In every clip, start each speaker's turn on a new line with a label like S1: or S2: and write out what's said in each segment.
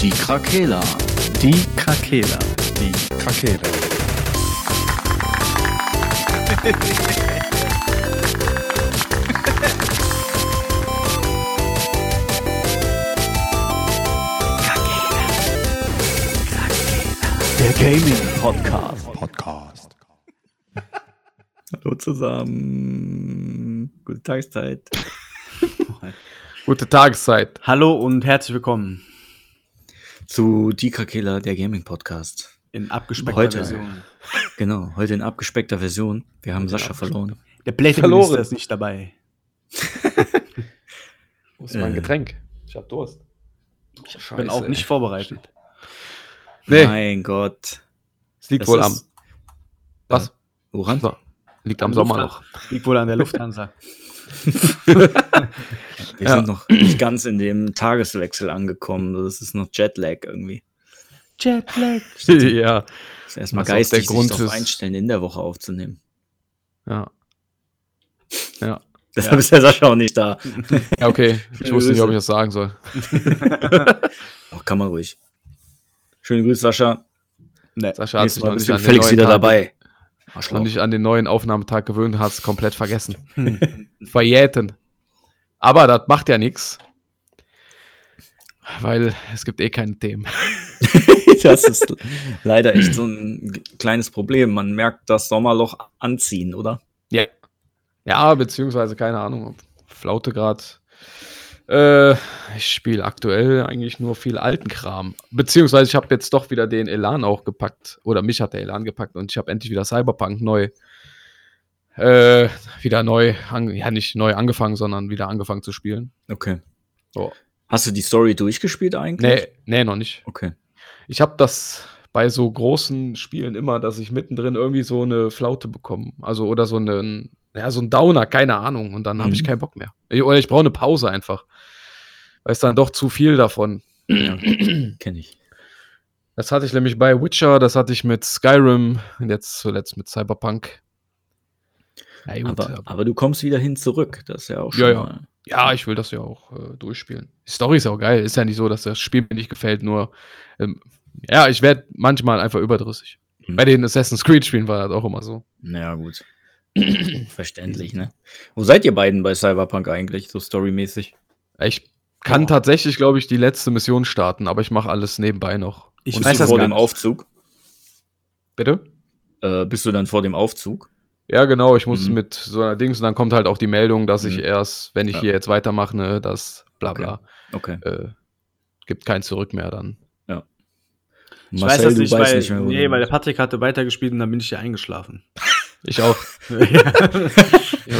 S1: Die Krakela.
S2: Die Krakela.
S1: Die Krakela.
S2: Der Gaming Podcast.
S3: Podcast.
S2: Hallo zusammen. Gute Tageszeit.
S4: Gute Tageszeit.
S5: Hallo und herzlich willkommen
S1: Zu Die Krakela, der Gaming Podcast.
S5: in abgespeckter
S1: Heute.
S5: Version.
S1: Genau, heute in abgespeckter Version. Wir haben Sascha verloren.
S5: Der Playtime-Minister
S4: Verloren.
S5: ist nicht dabei.
S4: Wo ist mein
S1: Äh.
S4: Getränk? Ich hab Durst.
S5: Ich bin auch nicht vorbereitet.
S4: Nee.
S1: Mein Gott.
S4: Es liegt
S1: Das
S4: wohl
S1: ist-
S4: am. Was?
S1: Woran?
S4: So. Liegt am Sommer noch.
S5: Liegt wohl an der Lufthansa.
S1: Wir
S4: Ja.
S1: sind noch nicht ganz in dem Tageswechsel angekommen. Das ist noch Jetlag irgendwie.
S5: Jetlag.
S4: ja.
S1: Das ist erstmal
S4: Was auch
S1: geistig,
S4: der Grund
S1: sich darauf
S4: ist.
S1: einstellen, in der Woche aufzunehmen.
S4: Ja. Ja.
S1: Deshalb ist der Sascha auch nicht da.
S4: Ja, okay. Ich wusste nicht, ob ich das sagen soll.
S1: Doch, kann man ruhig. Schönen Grüß, Sascha.
S5: Nee.
S4: Sascha hat
S1: Nächstes
S4: sich
S1: Mal
S4: noch
S1: bist
S4: nicht
S1: du
S4: an den
S1: Felix
S4: neuen
S1: wieder
S4: Tag,
S1: dabei.
S4: Noch
S1: Arschloch.
S4: nicht an den neuen Aufnahmetag gewöhnt, hat es komplett vergessen.
S5: Hm.
S4: Verjäten. Aber das macht ja nichts. Weil es gibt eh keine Themen.
S1: Das ist leider echt so ein g- kleines Problem. Man merkt das Sommerloch anziehen, oder?
S4: Ja. Ja, beziehungsweise keine Ahnung. ob Flaute gerade. Äh, ich spiele aktuell eigentlich nur viel alten Kram. Beziehungsweise ich habe jetzt doch wieder den Elan auch gepackt. Oder mich hat der Elan gepackt und ich habe endlich wieder Cyberpunk neu. Äh, wieder neu. An, ja, nicht neu angefangen, sondern wieder angefangen zu spielen.
S1: Okay.
S4: Oh.
S1: Hast du die Story durchgespielt eigentlich?
S4: Nee, nee, noch nicht.
S1: Okay.
S4: Ich habe das bei so großen Spielen immer, dass ich mittendrin irgendwie so eine Flaute bekomme. Also oder so einen, ja, so ein Downer, keine Ahnung. Und dann habe ich
S1: Mhm.
S4: keinen Bock mehr. Ich, oder ich brauche eine Pause einfach. Weil es dann doch zu viel davon.
S1: Ja, kenne ich.
S4: Das hatte ich nämlich bei Witcher, das hatte ich mit Skyrim und jetzt zuletzt mit Cyberpunk. Ja, gut,
S1: Aber,
S4: aber-
S1: aber du kommst wieder hin zurück. Das ist ja auch schon
S4: Ja, ja.
S1: mal.
S4: ja, ich will das ja auch äh, durchspielen. Die Story ist auch geil. Ist ja nicht so, dass das Spiel mir nicht gefällt, nur ähm, ja, ich werde manchmal einfach überdrüssig.
S1: Mhm.
S4: Bei den Assassin's Creed-Spielen war das auch immer so.
S1: Naja, gut. Verständlich, ne? Wo seid ihr beiden bei Cyberpunk eigentlich, so storymäßig?
S4: Ich kann
S1: Boah.
S4: tatsächlich, glaube ich, die letzte Mission starten, aber ich mache alles nebenbei noch.
S5: Ich
S1: Und
S5: weiß
S1: bist du
S5: das
S1: vor
S5: gar
S1: dem
S5: nicht.
S1: Aufzug?
S4: Bitte?
S1: Äh, bist du dann vor dem Aufzug?
S4: Ja, genau, ich muss
S1: Mhm.
S4: mit so einer Dings und dann kommt halt auch die Meldung, dass ich
S1: Mhm.
S4: erst, wenn ich
S1: Ja.
S4: hier jetzt weitermache, ne, das bla bla,
S1: Okay.
S4: äh, gibt kein Zurück mehr dann.
S5: Ich weiß das
S1: du
S5: nicht,
S1: weißt
S5: weil,
S1: mehr, wo
S5: nee,
S1: du
S5: weil der
S1: bist.
S5: Patrick hatte weitergespielt und dann bin ich hier eingeschlafen.
S4: Ich auch.
S5: ja.
S4: Ich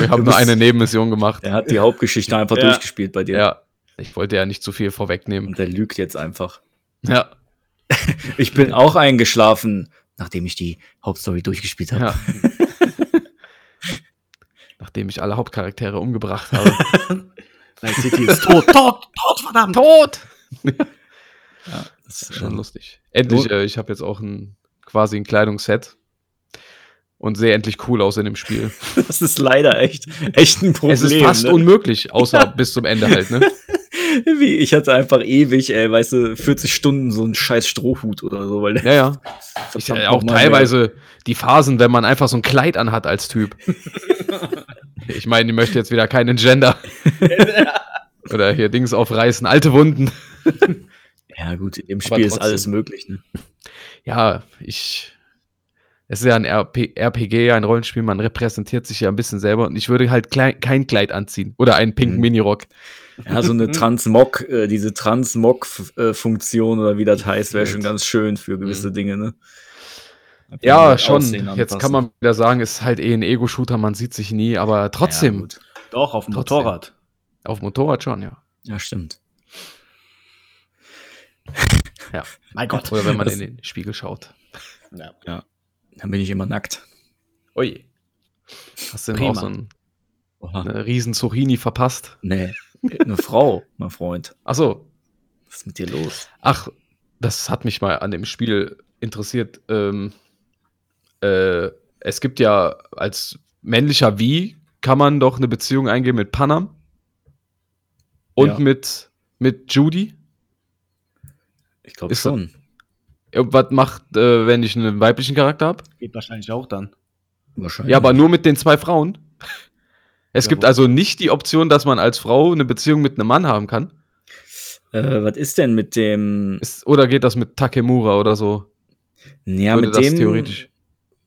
S4: habe nur
S1: bist-
S4: eine Nebenmission gemacht.
S1: Er hat die Hauptgeschichte einfach
S5: Ja.
S1: durchgespielt bei dir.
S4: Ja. Ich wollte ja nicht zu viel vorwegnehmen.
S1: Und der lügt jetzt einfach.
S4: Ja,
S1: Ich bin auch eingeschlafen, nachdem ich die Hauptstory durchgespielt habe.
S4: ja. Nachdem ich alle Hauptcharaktere umgebracht habe.
S5: Nein, City ist tot. Tot, tot, verdammt.
S4: Tot!
S1: Das ist
S4: Schon
S1: schon lustig.
S4: lustig. Endlich,
S1: Nun-
S4: äh, ich habe jetzt auch ein, quasi ein Kleidungsset und sehe endlich cool aus in dem Spiel.
S1: Das ist leider echt, echt ein Problem.
S4: es ist fast
S1: ne?
S4: unmöglich, außer bis zum Ende halt, ne?
S1: Wie, ich hatte einfach ewig, ey, weißt du, 40 Stunden so einen scheiß Strohhut oder so, weil der
S4: Ja, ja. Ich,
S1: verdammt
S4: äh, auch
S1: nochmal, ey.
S4: teilweise die Phasen, wenn man einfach so ein Kleid anhat als Typ. ich meine, ich möchte jetzt wieder keinen Gender. Oder hier Dings aufreißen, alte Wunden.
S1: Ja, gut, im Spiel ist
S4: trotzdem.
S1: alles möglich, ne?
S4: Ja, ich. Es ist ja ein RP, RPG, ein Rollenspiel, man repräsentiert sich ja ein bisschen selber und ich würde halt klein, kein Kleid anziehen oder einen pinken
S1: Mhm.
S4: Minirock.
S1: Ja, so eine Transmog, äh, diese Transmog-Funktion oder wie das heißt, wäre schon ganz schön für gewisse Dinge, ne?
S4: Ja,
S1: Einfach
S4: schon.
S1: Aussehen
S4: Jetzt
S1: anpassen.
S4: kann man wieder sagen, ist halt eh ein Ego-Shooter, man sieht sich nie, aber
S1: Ja,
S4: trotzdem,
S1: gut.
S5: Doch, auf dem
S4: Trotzdem.
S5: Motorrad.
S4: auf dem Motorrad schon, ja.
S1: ja, stimmt.
S5: Mein Gott.
S4: Oder wenn man
S1: Das-
S4: in den Spiegel schaut.
S1: Dann bin ich immer nackt.
S4: Oje. Hast du denn
S5: Prima.
S4: auch so ein,
S1: Oha.
S4: eine riesen Zucchini verpasst?
S1: Nee, äh, eine Frau, mein Freund.
S4: Ach so.
S1: Was ist mit dir los?
S4: Ach, das hat mich mal an dem Spiel interessiert. Ähm, äh, es gibt ja als männlicher Wie kann man doch eine Beziehung eingehen mit Panam und
S1: Ja.
S4: mit, mit Judy.
S1: Ich glaube
S4: Ist so.
S1: schon.
S4: Ja, Was macht, äh, wenn ich einen weiblichen Charakter habe?
S5: Geht wahrscheinlich auch dann.
S1: Wahrscheinlich.
S4: Ja, aber nur mit den zwei Frauen. Es
S5: Ja,
S4: gibt
S5: wo-
S4: also nicht die Option, dass man als Frau eine Beziehung mit einem Mann haben kann.
S1: Äh, was ist denn mit dem.
S4: Ist, oder geht das mit Takemura oder so?
S1: Ja,
S4: Würde
S1: mit
S4: das
S1: dem.
S4: theoretisch-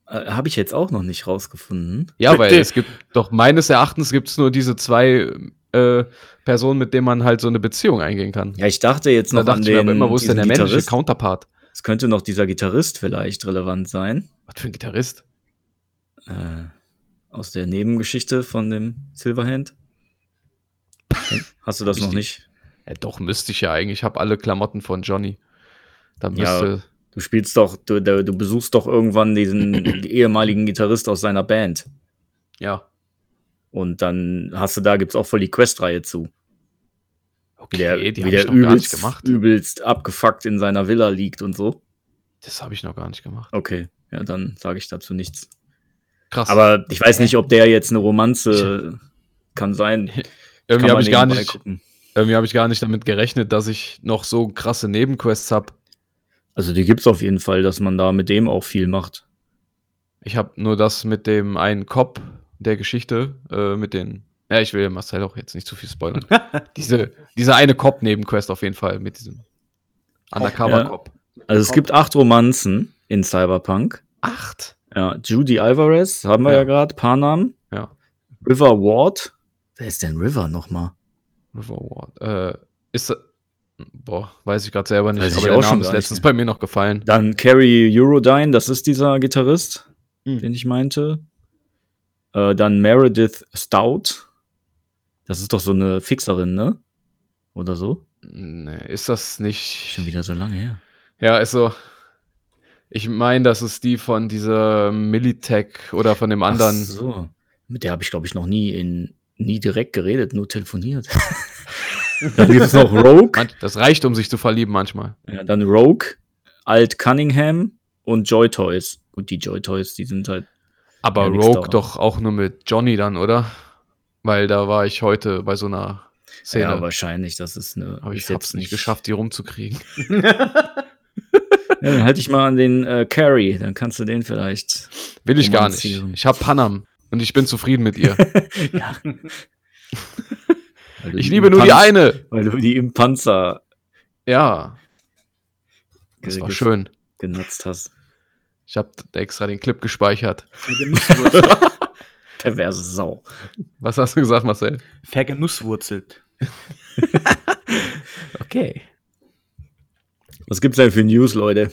S1: Äh, Habe ich jetzt auch noch nicht rausgefunden.
S4: Ja,
S5: Mit
S4: weil
S5: dem-
S4: es gibt doch meines Erachtens gibt es nur diese zwei äh, Personen, mit denen man halt so eine Beziehung eingehen kann.
S1: Ja, ich dachte jetzt
S4: da
S1: noch
S4: dachte
S1: an
S4: ich
S1: den.
S4: mir aber immer, wo ist denn der
S1: diesen
S4: männliche
S1: Gitarrist.
S4: Counterpart?
S1: Es könnte noch dieser Gitarrist vielleicht relevant sein.
S4: Was für ein Gitarrist?
S1: Äh, aus der Nebengeschichte von dem Silverhand. Hast du das noch nicht?
S4: Ja, doch, müsste ich ja eigentlich. Ich habe alle Klamotten von Johnny. Da
S1: Ja.
S4: müsste.
S1: Du spielst doch, du, du du besuchst doch irgendwann diesen ehemaligen Gitarrist aus seiner Band.
S4: Ja.
S1: Und dann hast du da, gibt's auch voll die Questreihe zu. Wie der,
S4: Okay, die
S1: wie
S4: habe ich
S1: der
S4: noch gar nicht
S1: übelst,
S4: gemacht.
S1: übelst abgefuckt in seiner Villa liegt und so.
S4: Das habe ich noch gar nicht gemacht.
S1: Okay, ja, dann sage ich dazu nichts.
S4: Krass.
S1: Aber ich weiß nicht, ob der jetzt eine Romanze kann sein. Kann
S4: irgendwie
S1: man
S4: habe ich, gar
S1: nebenbei
S4: nicht-
S1: gucken.
S4: irgendwie hab ich gar nicht damit gerechnet, dass ich noch so krasse Nebenquests habe.
S1: Also die gibt's auf jeden Fall, dass man da mit dem auch viel macht.
S4: Ich habe nur das mit dem einen Cop der Geschichte, äh, mit den. Ja, ich will Marcel auch jetzt nicht zu viel spoilern. diese, diese eine Cop-Nebenquest auf jeden Fall mit diesem Undercover-Cop.
S1: Also es gibt acht Romanzen in Cyberpunk.
S4: Acht?
S1: Ja, Judy Alvarez haben wir
S4: Ja.
S1: ja, gerade, Panam.
S4: Ja.
S1: River Ward. Wer ist denn River nochmal?
S4: Riverward. Äh, ist. da- Boah, weiß ich gerade selber nicht,
S1: Weiß ich
S4: aber der
S1: auch
S4: Name
S1: schon
S4: ist
S1: gar nicht
S4: letztens
S1: mehr.
S4: bei mir noch gefallen.
S1: Dann Carrie Eurodyne, das ist dieser Gitarrist,
S4: Mhm.
S1: den ich meinte. Äh, dann Meredith Stout. Das ist doch so eine Fixerin, ne? Oder so?
S4: Nee, ist das nicht.
S1: Schon wieder so lange her.
S4: Ja, ist so. Ich meine, das ist die von dieser Militech oder von dem anderen.
S1: Ach so. Mit der habe ich, glaube ich, noch nie in nie direkt geredet, nur telefoniert. dann gibt es noch Rogue.
S4: Man- Das reicht, um sich zu verlieben manchmal.
S1: Ja, dann Rogue, Alt Cunningham und Joy Toys. Gut, die Joy Toys, die sind halt.
S4: Aber
S1: Ja, nix
S4: Rogue
S1: dauert.
S4: doch auch nur mit Johnny dann, oder? Weil da war ich heute bei so einer Szene.
S1: Ja, wahrscheinlich, das ist eine.
S4: aber ich
S1: ist
S4: hab's
S1: jetzt
S4: nicht geschafft, die rumzukriegen.
S1: Ja, dann halte ich mal an den äh, Carrie, dann kannst du den vielleicht.
S4: Will
S1: um
S4: ich gar nicht.
S1: Romantisierung.
S4: Ich hab Panam und ich bin zufrieden mit ihr.
S1: weil du
S4: Ich
S1: im
S4: liebe nur die
S1: Panz-
S4: eine.
S1: Weil du die im Panzer
S4: Ja, das war
S1: ge-
S4: schön.
S1: genutzt hast.
S4: Ich hab extra den Clip gespeichert.
S5: Vergenusswurzelt.
S1: Perverse Sau.
S4: Was hast du gesagt, Marcel?
S5: Vergenusswurzelt.
S1: Okay. Was gibt's denn für News, Leute?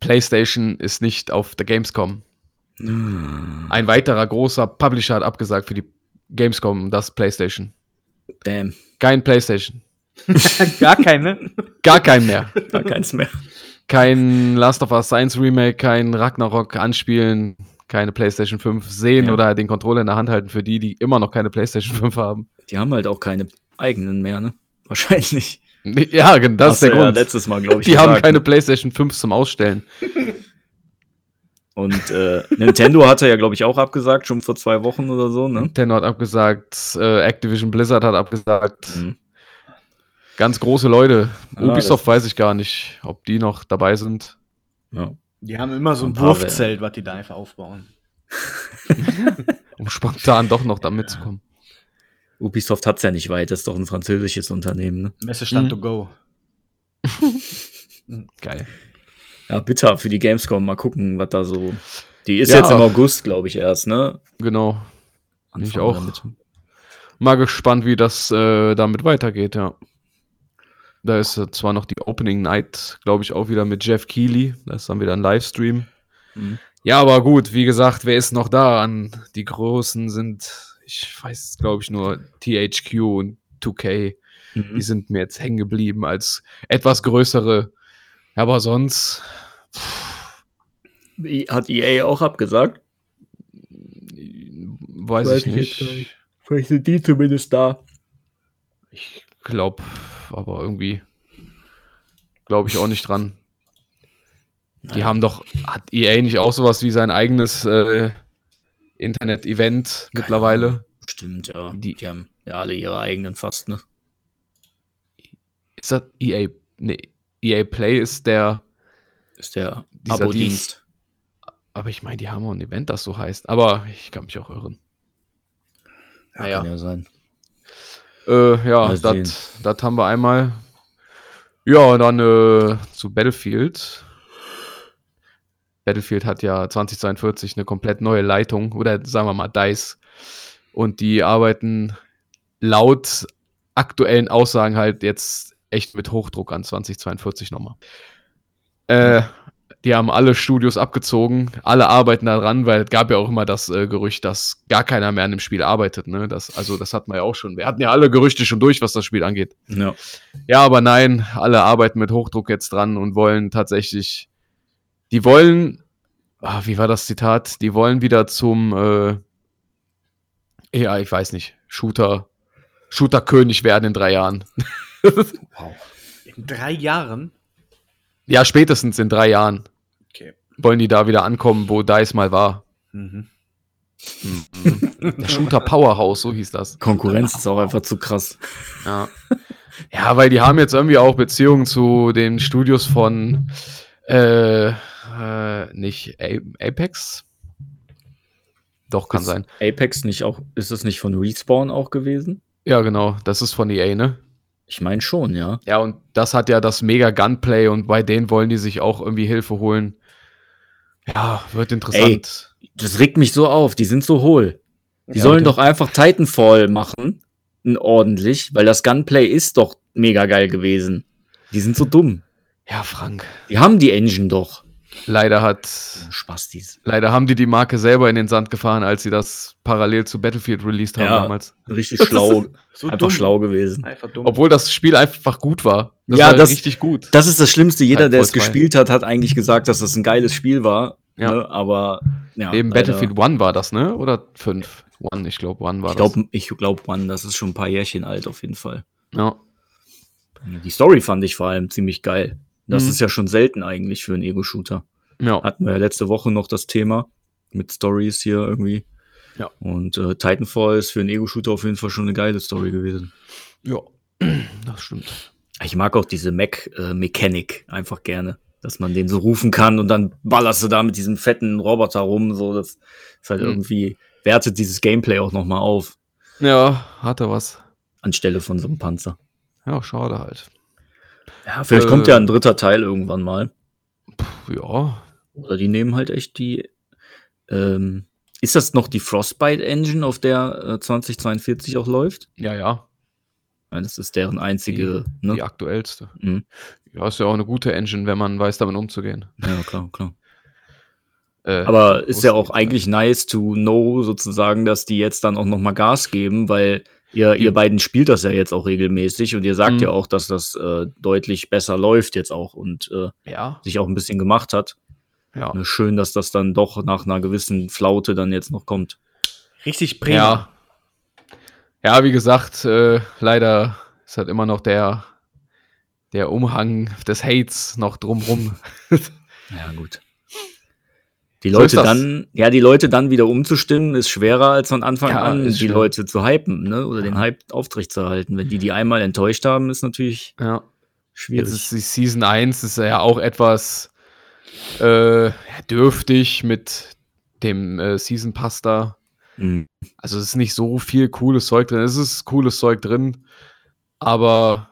S4: PlayStation ist nicht auf der Gamescom.
S1: Damn.
S4: Ein weiterer großer Publisher hat abgesagt für die Gamescom, das PlayStation. Kein PlayStation.
S5: Gar keine.
S4: Gar kein mehr.
S1: Gar keins mehr.
S4: Kein Last of Us Science Remake, kein Ragnarok anspielen, keine PlayStation 5 sehen
S1: Ja.
S4: oder den Controller in der Hand halten für die, die immer noch keine PlayStation 5 haben.
S1: Die haben halt auch keine eigenen mehr, ne? Wahrscheinlich.
S4: Ja, gen- das
S1: Hast
S4: ist der
S1: du ja
S4: Grund.
S1: letztes Mal, glaube ich.
S4: die haben
S1: gesagt,
S4: keine
S1: ne?
S4: PlayStation 5 zum Ausstellen.
S1: Und äh, Nintendo hatte ja, glaube ich, auch abgesagt, schon vor zwei Wochen oder so, ne?
S4: Nintendo hat abgesagt, äh, Activision Blizzard hat abgesagt.
S1: Mhm.
S4: Ganz große Leute.
S1: Ja,
S4: Ubisoft weiß ich gar nicht, ob die noch dabei sind.
S1: Ja.
S5: Die haben immer so ein
S1: Ein paar
S5: Wurfzelt, was die da einfach aufbauen.
S4: um spontan doch noch da mitzukommen.
S1: Ubisoft hat's ja nicht weit, das ist doch ein französisches Unternehmen, ne?
S5: Messestand
S4: Mhm.
S5: to go.
S4: Geil.
S1: Ja, bitter für die Gamescom. Mal gucken, was da so. Die ist
S4: Ja.
S1: jetzt im August, glaube ich, erst, ne?
S4: Genau. Bin ich
S1: Anfang
S4: auch.
S1: oder Mitte.
S4: Mal gespannt, wie das äh, damit weitergeht, ja. Da ist äh, zwar noch die Opening Night, glaube ich, auch wieder mit Jeff Keighley. Da ist dann wieder ein Livestream.
S1: Mhm.
S4: Ja, aber gut, wie gesagt, wer ist noch da? An die Großen sind, ich weiß, glaube ich, nur THQ und 2K. Die
S1: Mhm.
S4: sind mir jetzt hängen geblieben als etwas größere. Aber sonst,
S1: I- E- Hat EA auch abgesagt?
S4: äh, weiß,
S1: Weiß
S4: ich
S1: ich jetzt
S4: nicht.
S1: gar nicht. Vielleicht sind die zumindest da.
S4: Ich glaube, aber irgendwie glaube ich auch nicht dran. Die haben doch, hat EA nicht auch sowas wie sein eigenes äh, Internet-Event
S1: Keine
S4: mittlerweile?
S1: Stimmt, ja.
S4: Die-
S1: Die, haben ja alle ihre eigenen fast, ne?
S4: Ist das EA? E Nee, EA Play ist der,
S1: Ist der
S4: Dieser
S1: Abo-Dienst.
S4: aber ich meine, die haben auch ein Event, das so heißt. Aber ich kann mich auch irren.
S1: Ja,
S4: naja.
S1: kann ja sein.
S4: Äh, ja,
S1: Mal sehen.
S4: das das haben wir einmal. Ja, und dann äh, zu Battlefield. Battlefield hat ja 2042 eine komplett neue Leitung oder sagen wir mal DICE. Und die arbeiten laut aktuellen Aussagen halt jetzt echt mit Hochdruck an 2042 nochmal. Äh, die haben alle Studios abgezogen, alle arbeiten daran, weil es gab ja auch immer das äh, Gerücht, dass gar keiner mehr an dem Spiel arbeitet. Ne? Das, also das hatten wir ja auch schon. Wir hatten ja alle Gerüchte schon durch, was das Spiel angeht.
S1: Ja.
S4: Ja, aber nein, alle arbeiten mit Hochdruck jetzt dran und wollen tatsächlich, die wollen, ah, wie war das Zitat? Die wollen wieder zum, äh, ja, ich weiß nicht, Shooter, Shooter-König werden in drei Jahren.
S5: In drei Jahren.
S4: Ja, spätestens in drei Jahren
S5: Okay.
S4: wollen die da wieder ankommen, wo DICE mal war.
S5: Mhm.
S4: Der Shooter Powerhouse, so hieß das.
S1: Konkurrenz ist auch einfach zu krass.
S4: Ja. ja, weil die haben jetzt irgendwie auch Beziehungen zu den Studios von äh, äh, nicht A- Apex. Doch, kann
S1: Ist
S4: sein.
S1: Apex nicht auch, ist es nicht von Respawn auch gewesen?
S4: Ja, genau. Das ist von EA, ne?
S1: Ich meine schon, ja.
S4: Ja, und das hat ja das mega Gunplay und bei denen wollen die sich auch irgendwie Hilfe holen. Ja, wird interessant.
S1: Das regt mich so auf, die sind so hohl. Die
S4: Ja,
S1: sollen
S4: okay.
S1: doch einfach Titanfall machen, n- ordentlich, weil das Gunplay ist doch mega geil gewesen. Die sind so dumm.
S4: Ja, Frank.
S1: Die haben die Engine doch.
S4: Leider hat.
S1: Spastis.
S4: Leider haben die die Marke selber in den Sand gefahren, als sie das parallel zu Battlefield released haben
S1: Ja.
S4: damals.
S1: Richtig schlau,
S5: So
S1: einfach
S5: dumm.
S1: schlau gewesen.
S5: Einfach dumm.
S4: Obwohl das Spiel einfach gut war.
S1: Ja,
S4: war
S1: das-
S4: richtig gut.
S1: Das ist das Schlimmste. Jeder, der es
S4: Titanfall 2.
S1: gespielt hat, hat eigentlich gesagt, dass das ein geiles Spiel war.
S4: Ja.
S1: Ne? Aber ja,
S4: Neben
S1: leider.
S4: Battlefield 1 war das, ne? Oder 5? One, ich glaube, One war
S1: Ich glaube, ich glaub, Mann, das ist schon ein paar Jährchen alt auf jeden Fall.
S4: das. Ja.
S1: Die Story fand ich vor allem ziemlich geil. Das
S4: Mhm.
S1: ist ja schon selten eigentlich für einen Ego-Shooter.
S4: ja.
S1: Hatten wir ja letzte Woche noch das Thema mit Stories hier irgendwie.
S4: Ja.
S1: Und äh, Titanfall ist für einen Ego-Shooter auf jeden Fall schon eine geile Story gewesen.
S4: Ja. Das stimmt.
S1: Ich mag auch diese Mac-Mechanik einfach gerne, dass man den so rufen kann und dann ballerst du da mit diesem fetten Roboter rum. So, das ist halt
S4: Mhm.
S1: irgendwie, wertet dieses Gameplay auch nochmal auf,
S4: Ja, hatte was.
S1: anstelle von so einem Panzer.
S4: Ja, schade halt.
S1: Ja, vielleicht
S4: äh,
S1: kommt ja ein dritter Teil irgendwann mal.
S4: Puh, ja.
S1: Oder die nehmen halt echt die. Ähm, ist das noch die Frostbite-Engine, auf der äh, 2042 auch läuft?
S4: Ja, ja.
S1: Nein, das ist deren einzige. ne?
S4: Die aktuellste.
S1: Mhm.
S4: Ja, ist ja auch eine gute Engine, wenn man weiß, damit umzugehen.
S1: ja, klar, klar.
S4: Äh,
S1: Aber ist ja
S4: wusste
S1: auch
S4: ich,
S1: eigentlich nice to know, sozusagen, dass die jetzt dann auch nochmal Gas geben, weil ihr,
S4: Ja.
S1: ihr beiden spielt das ja jetzt auch regelmäßig und ihr sagt
S4: Mhm.
S1: ja auch, dass das äh, deutlich besser läuft jetzt auch und äh,
S4: Ja.
S1: sich auch ein bisschen gemacht hat.
S4: Ja.
S1: Ne, Schön, dass das dann doch nach einer gewissen Flaute dann jetzt noch kommt.
S5: Richtig prima.
S4: Ja. Ja, wie gesagt, äh, leider ist halt immer noch der, der Umhang des Hates noch drumrum.
S1: Ja, gut. Die
S4: So
S1: Leute
S4: ist das.
S1: dann, ja, die Leute dann wieder umzustimmen, ist schwerer als von Anfang
S4: Ja,
S1: an, die
S4: ist schwer.
S1: Leute zu hypen, ne? Oder den
S4: Ja.
S1: Hype aufrechtzuerhalten. Wenn die die einmal enttäuscht haben, ist natürlich
S4: ja.
S1: schwierig.
S4: Jetzt ist die Season 1 ist ja auch etwas äh, ja, dürftig mit dem äh, Season Pass da.
S1: Mhm.
S4: Also es ist nicht so viel cooles Zeug drin. Es ist cooles Zeug drin, aber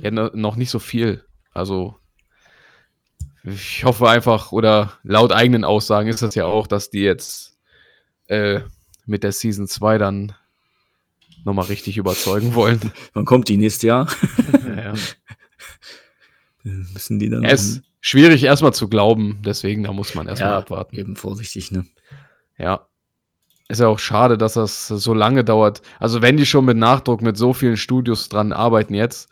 S4: ja, no- noch nicht so viel. Also ich hoffe einfach, oder laut eigenen Aussagen ist das ja auch, dass die jetzt äh, mit der Season 2 dann nochmal richtig überzeugen wollen.
S1: Wann kommt die nächstes Jahr?
S4: ja.
S1: Müssen die dann
S4: Ja, ist
S1: noch-
S4: schwierig erstmal zu glauben, deswegen da muss man erstmal
S1: Ja.
S4: abwarten.
S1: eben vorsichtig, ne?
S4: Ja. Ist ja auch schade, dass das so lange dauert. Also, wenn die schon mit Nachdruck mit so vielen Studios dran arbeiten jetzt,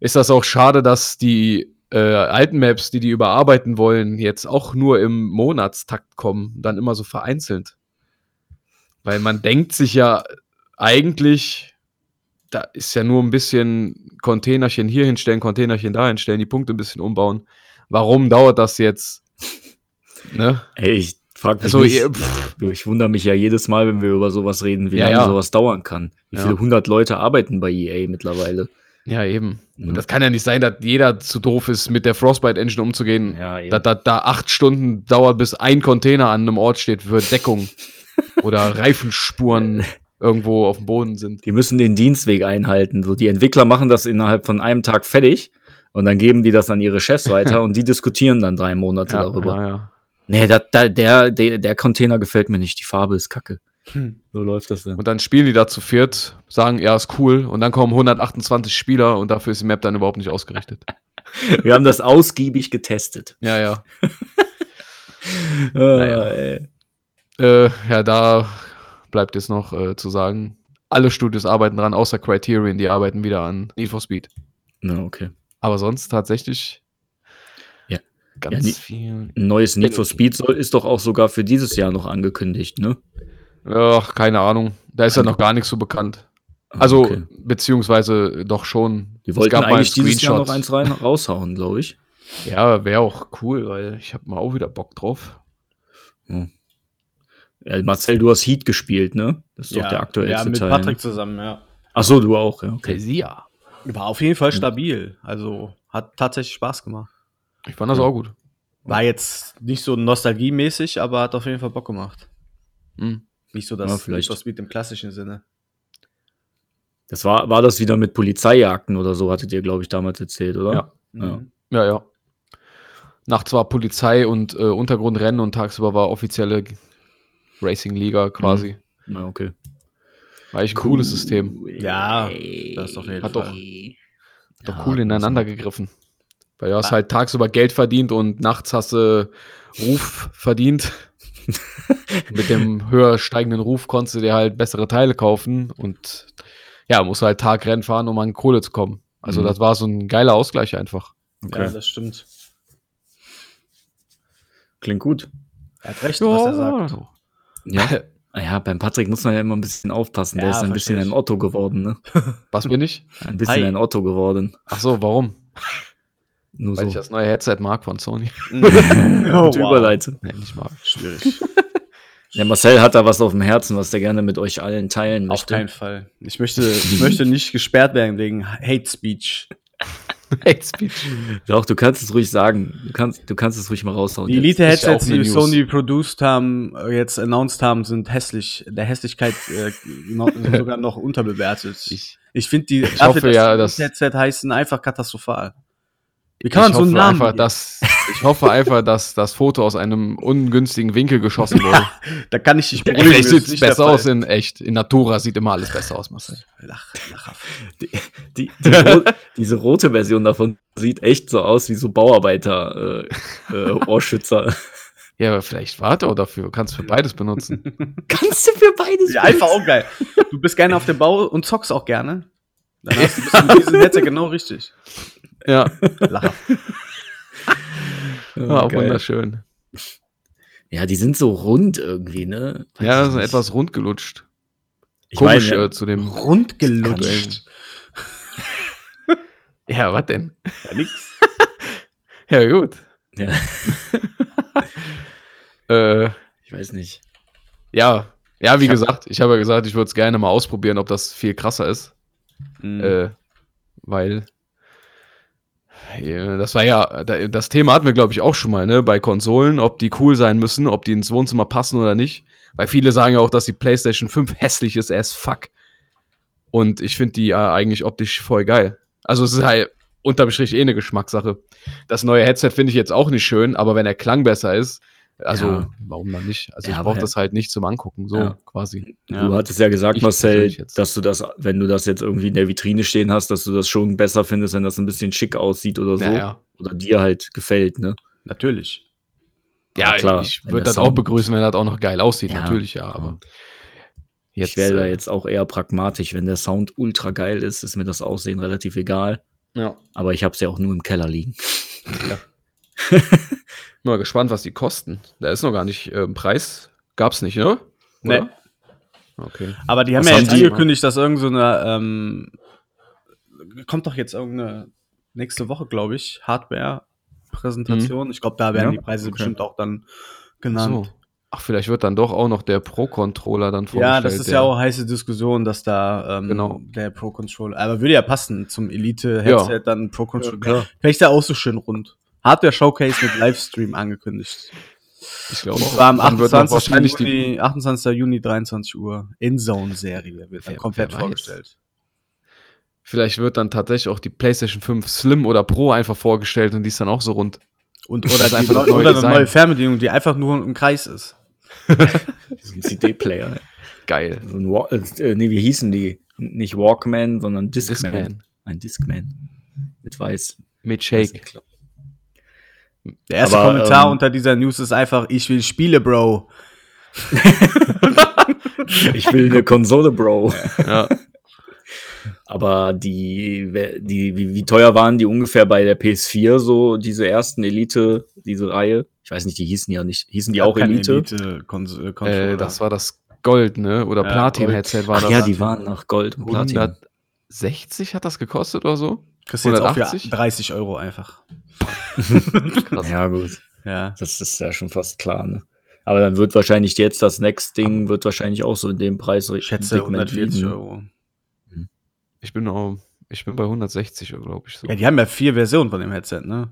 S4: ist das auch schade, dass die äh, alten Maps, die die überarbeiten wollen, jetzt auch nur im Monatstakt kommen, dann immer so vereinzelt. Weil man denkt sich ja eigentlich, da ist ja nur ein bisschen Containerchen hier hinstellen, Containerchen da hinstellen, die Punkte ein bisschen umbauen. Warum dauert das jetzt? Ne?
S1: Ey, ich frag mich
S4: Also,
S1: nicht.
S4: ihr, pff,
S1: Ich wundere mich ja jedes Mal, wenn wir über sowas reden, wie
S4: Ja,
S1: lange
S4: ja.
S1: sowas dauern kann. Wie
S4: Ja.
S1: viele hundert Leute arbeiten bei EA E mittlerweile?
S4: Ja, eben.
S1: Mhm.
S4: Und das kann ja nicht sein, dass jeder zu doof ist, mit der Frostbite-Engine umzugehen.
S1: Ja, eben.
S4: Dass das da acht Stunden dauert, bis ein Container an einem Ort steht für Deckung. oder Reifenspuren irgendwo auf dem Boden sind.
S1: Die müssen den Dienstweg einhalten. So, die Entwickler machen das innerhalb von einem Tag fertig und dann geben die das an ihre Chefs weiter und die diskutieren dann drei Monate darüber.
S4: ja, ja.
S1: Nee, da, da, der, der, der Container gefällt mir nicht. Die Farbe ist kacke.
S4: Hm.
S1: So läuft das dann.
S4: Und dann spielen die da zu viert, sagen, ja, ist cool. Und dann kommen 128 Spieler und dafür ist die Map dann überhaupt nicht ausgerichtet.
S1: Wir haben das ausgiebig getestet.
S4: Ja, ja. Ah,
S1: Naja. Äh,
S4: Äh, ja, da bleibt jetzt noch äh, zu sagen, alle Studios arbeiten dran, außer Criterion, die arbeiten wieder an Need for Speed.
S1: na, okay.
S4: Aber sonst tatsächlich
S1: Ja.
S4: ganz
S1: Ja, die-
S4: viel.
S1: Ein neues Need for Speed soll, ist doch auch sogar für dieses Jahr noch angekündigt, ne?
S4: Ach, keine Ahnung. Da ist ja noch gar nichts so bekannt. Also,
S1: Ah, okay.
S4: beziehungsweise doch schon.
S1: die wollten
S4: mal
S1: eigentlich dieses Jahr noch
S4: Screenshot.
S1: eins rein, raushauen, glaube ich.
S4: Ja, wäre auch cool, weil ich habe mal auch wieder Bock drauf.
S1: Ja, Marcel, du hast Heat gespielt, ne? Das ist doch der aktuellste
S5: Ja, mit
S1: Teil. ne?
S5: Patrick zusammen, ja.
S1: Ach so, du auch, ja, okay.
S4: Ja.
S5: War auf jeden Fall
S1: Hm.
S5: stabil. Also hat tatsächlich Spaß gemacht.
S4: Ich fand das auch gut.
S5: War jetzt nicht so nostalgiemäßig, aber hat auf jeden Fall Bock gemacht.
S4: Hm.
S5: Nicht so
S1: Ja,
S5: das
S1: vielleicht.
S5: Need for Speed im klassischen Sinne.
S1: Das war, war das wieder mit Polizeijagden oder so, hattet ihr, glaube ich, damals erzählt, oder?
S4: Ja.
S1: Ja.
S5: Mhm.
S4: Ja, ja. Nachts war Polizei und äh, Untergrundrennen und tagsüber war offizielle G- Racing-Liga quasi.
S1: Na, okay.
S4: War echt ein cooles System.
S5: Ja, das ist auf jeden
S4: Hat
S5: Fall.
S4: doch- Hat Doch
S1: Ja,
S4: cool
S1: hat man
S4: ineinander
S1: so.
S4: gegriffen. Weil du hast halt tagsüber Geld verdient und nachts hast du Ruf verdient. Mit dem höher steigenden Ruf konntest du dir halt bessere Teile kaufen und ja, musst halt Tagrennen fahren, um an Kohle zu kommen. Also
S1: Mhm.
S4: das war so ein geiler Ausgleich einfach.
S1: Okay.
S5: Ja, das stimmt.
S1: Klingt gut.
S5: Er hat recht, was er sagt.
S1: Ja. Ah ja, beim Patrick muss man ja immer ein bisschen aufpassen. Der
S5: Ja,
S1: ist ein
S5: verstehe
S1: bisschen ein
S5: ich.
S1: Otto geworden, ne?
S4: Was bin ich?
S1: Ein bisschen
S5: Hi.
S1: ein Otto geworden.
S4: Ach so, warum? Also
S1: Nur
S4: Weil
S1: so.
S4: ich das neue Headset mag von Sony.
S5: oh,
S1: Gute Überleitung.
S4: Nee, nicht mag.
S5: Schwierig.
S1: Der Marcel hat da was auf dem Herzen, was der gerne mit euch allen teilen
S5: Auf
S1: möchte.
S5: keinen Fall. Ich möchte, ich möchte nicht gesperrt werden wegen Hate Speech.
S4: Hate Speech.
S1: Doch, du kannst es ruhig sagen. Du kannst, du kannst es ruhig mal raushauen.
S5: Die
S1: jetzt.
S4: ist ja auch
S5: Elite-Headsets,
S4: eine
S5: die
S4: News.
S5: Sony produced haben, äh, jetzt announced haben, sind hässlich, der Hässlichkeit äh, noch, sind sogar noch unterbewertet. Ich,
S4: Ich,
S5: finde die, ich
S4: hoffe ja, dass-
S5: Headset heißen einfach katastrophal. Wie
S4: ich,
S5: kann man so einen
S4: hoffe
S5: Namen?
S4: einfach, dass, ich hoffe einfach, dass das Foto aus einem ungünstigen Winkel geschossen wurde.
S5: geben? da kann ich dich beruhigen.
S4: Vielleicht
S5: das
S4: sieht
S5: ist
S4: es
S5: nicht der
S4: besser
S5: Fall.
S4: aus in echt. In Natura sieht immer alles besser aus, Marcel.
S5: Lach, lachhaft.
S1: Die, die ro diese rote Version davon sieht echt so aus wie so Bauarbeiter äh, äh, Ohrschützer.
S4: Ja, aber vielleicht warte auch dafür. Kannst für beides benutzen.
S1: Kannst du für beides
S5: Ja, einfach auch geil. Du bist gerne auf dem Bau und zockst auch gerne. Dann hast du bist du mit diesem Headset genau richtig.
S4: ja,
S5: Lachhaft.
S1: Ja,
S4: war auch
S1: geil.
S4: Ah, wunderschön.
S1: Ja, die sind so rund irgendwie, ne? Weiß
S4: Ja,
S1: ich
S4: so
S1: nicht.
S4: etwas rundgelutscht.
S1: Ich
S4: Komisch
S1: meine,
S4: äh, zu dem.
S5: Rundgelutscht.
S4: Ja, was denn?
S5: Ja, nix.
S4: Ja, gut.
S1: Ja.
S4: äh,
S1: ich weiß nicht.
S4: ja, ja, wie
S1: Ich hab-
S4: gesagt, ich habe ja gesagt, ich würde es gerne mal ausprobieren, ob das viel krasser ist. Äh, weil äh, das war ja, da- das Thema hatten wir, glaube ich, auch schon mal, ne? Bei Konsolen, ob die cool sein müssen, ob die ins Wohnzimmer passen oder nicht. Weil viele sagen ja auch, dass die PlayStation 5 hässlich ist, as fuck. Und ich finde die äh, eigentlich optisch voll geil. Also es ist halt unterm Strich eh eine Geschmackssache. Das neue Headset finde ich jetzt auch nicht schön, aber wenn der Klang besser ist, also
S1: Ja.
S4: warum dann nicht? Also
S1: Ja,
S4: ich
S1: aber
S4: brauche
S1: ja.
S4: das halt nicht zum Angucken, so
S1: Ja.
S4: quasi.
S1: Du hattest ja gesagt,
S4: Ich
S1: Marcel,
S4: persönlich jetzt.
S1: dass du das, wenn du das jetzt irgendwie in der Vitrine stehen hast, dass du das schon besser findest, wenn das ein bisschen schick aussieht oder so.
S4: Naja.
S1: Oder dir halt gefällt, ne?
S5: Natürlich.
S4: Ja,
S1: Ja, klar,
S4: ich
S1: wenn
S4: würde
S1: der
S4: das auch
S1: Sound-
S4: begrüßen, wenn das auch noch geil aussieht,
S1: Ja,
S4: natürlich, ja, aber jetzt,
S1: ich wäre da
S4: äh,
S1: jetzt auch eher pragmatisch. Wenn der Sound ultra geil ist, ist mir das Aussehen relativ egal.
S4: Ja.
S1: Aber ich habe es ja auch nur im Keller liegen.
S4: bin mal gespannt, was die kosten. Da ist noch gar nicht äh, ein Preis, gab's nicht, ne?
S5: Nee.
S4: Oder? Okay.
S5: Aber die haben
S1: Was
S5: ja
S1: haben
S5: jetzt
S1: die?
S5: angekündigt, dass irgend so eine ähm, kommt doch jetzt irgendeine nächste Woche, glaube ich, Hardware-Präsentation. Ich glaube, da werden
S1: Ja,
S5: die Preise
S1: okay.
S5: bestimmt auch dann
S4: So.
S5: genannt.
S4: Mhm. Ach, vielleicht wird dann doch auch noch der Pro-Controller dann
S5: Ja, das ist ja
S4: der-
S5: auch heiße Diskussion, dass da ähm,
S4: Genau.
S5: der Pro Controller. Aber würde ja passen zum Elite-Headset,
S4: Ja.
S5: dann Pro
S1: Ja,
S5: Controller.
S1: klar.
S5: Vielleicht da auch so schön rund. Hardware Showcase mit Livestream angekündigt.
S4: Ich glaube
S5: Und
S4: auch.
S5: zwar am
S4: Dann wird noch
S5: 28.
S4: wahrscheinlich die.
S5: Juni, 28. Juni 23 Uhr in Zone Serie wird dann
S4: Wer-
S5: komplett
S4: wer weiß.
S5: vorgestellt.
S4: Vielleicht wird dann tatsächlich auch die PlayStation 5 Slim oder Pro einfach vorgestellt und die ist dann auch so rund.
S5: Und
S4: Das
S5: oder,
S4: ist
S5: die
S4: einfach
S5: neu,
S4: das neue
S5: oder eine
S4: Design.
S5: neue Fernbedienung, die einfach nur im Kreis ist.
S1: So ein CD-Player. ne?
S4: Geil.
S1: So ein Wa äh, nee, wie hießen die? Nicht Walkman, sondern Discman.
S4: Discman.
S1: Ein Discman. Mit weiß.
S4: Mit Shake.
S5: Der erste
S1: Aber,
S5: Kommentar
S1: ähm,
S5: unter dieser News ist einfach, ich will Spiele, Bro.
S1: Ich will eine Konsole, Bro.
S4: Ja.
S1: Aber die, wer- die wie, wie teuer waren die ungefähr bei der PS4 so diese ersten Elite, diese Reihe? Ich weiß nicht, die hießen ja nicht, hießen die auch
S5: Keine
S1: Elite?
S5: Kons- äh, Controller.
S4: äh, das war das Gold, ne? Oder
S5: Ja,
S4: Platin-Headset war
S1: Ach
S4: das.
S1: ja, die waren nach Gold und Platin.
S4: 160 hat das gekostet oder so?
S5: Kriegst du jetzt auch für
S4: 180?
S5: 30 Euro einfach.
S4: Krass.
S1: Ja gut,
S5: Ja.
S1: das ist ja schon fast klar. Ne? Aber dann wird wahrscheinlich jetzt das Next Ding wird wahrscheinlich auch so in dem Preis ne?
S5: Ich schätze 140 Euro.
S4: Ich bin auch, ich bin bei 160, glaube ich. So.
S5: Ja, die haben ja vier Versionen von dem Headset, ne?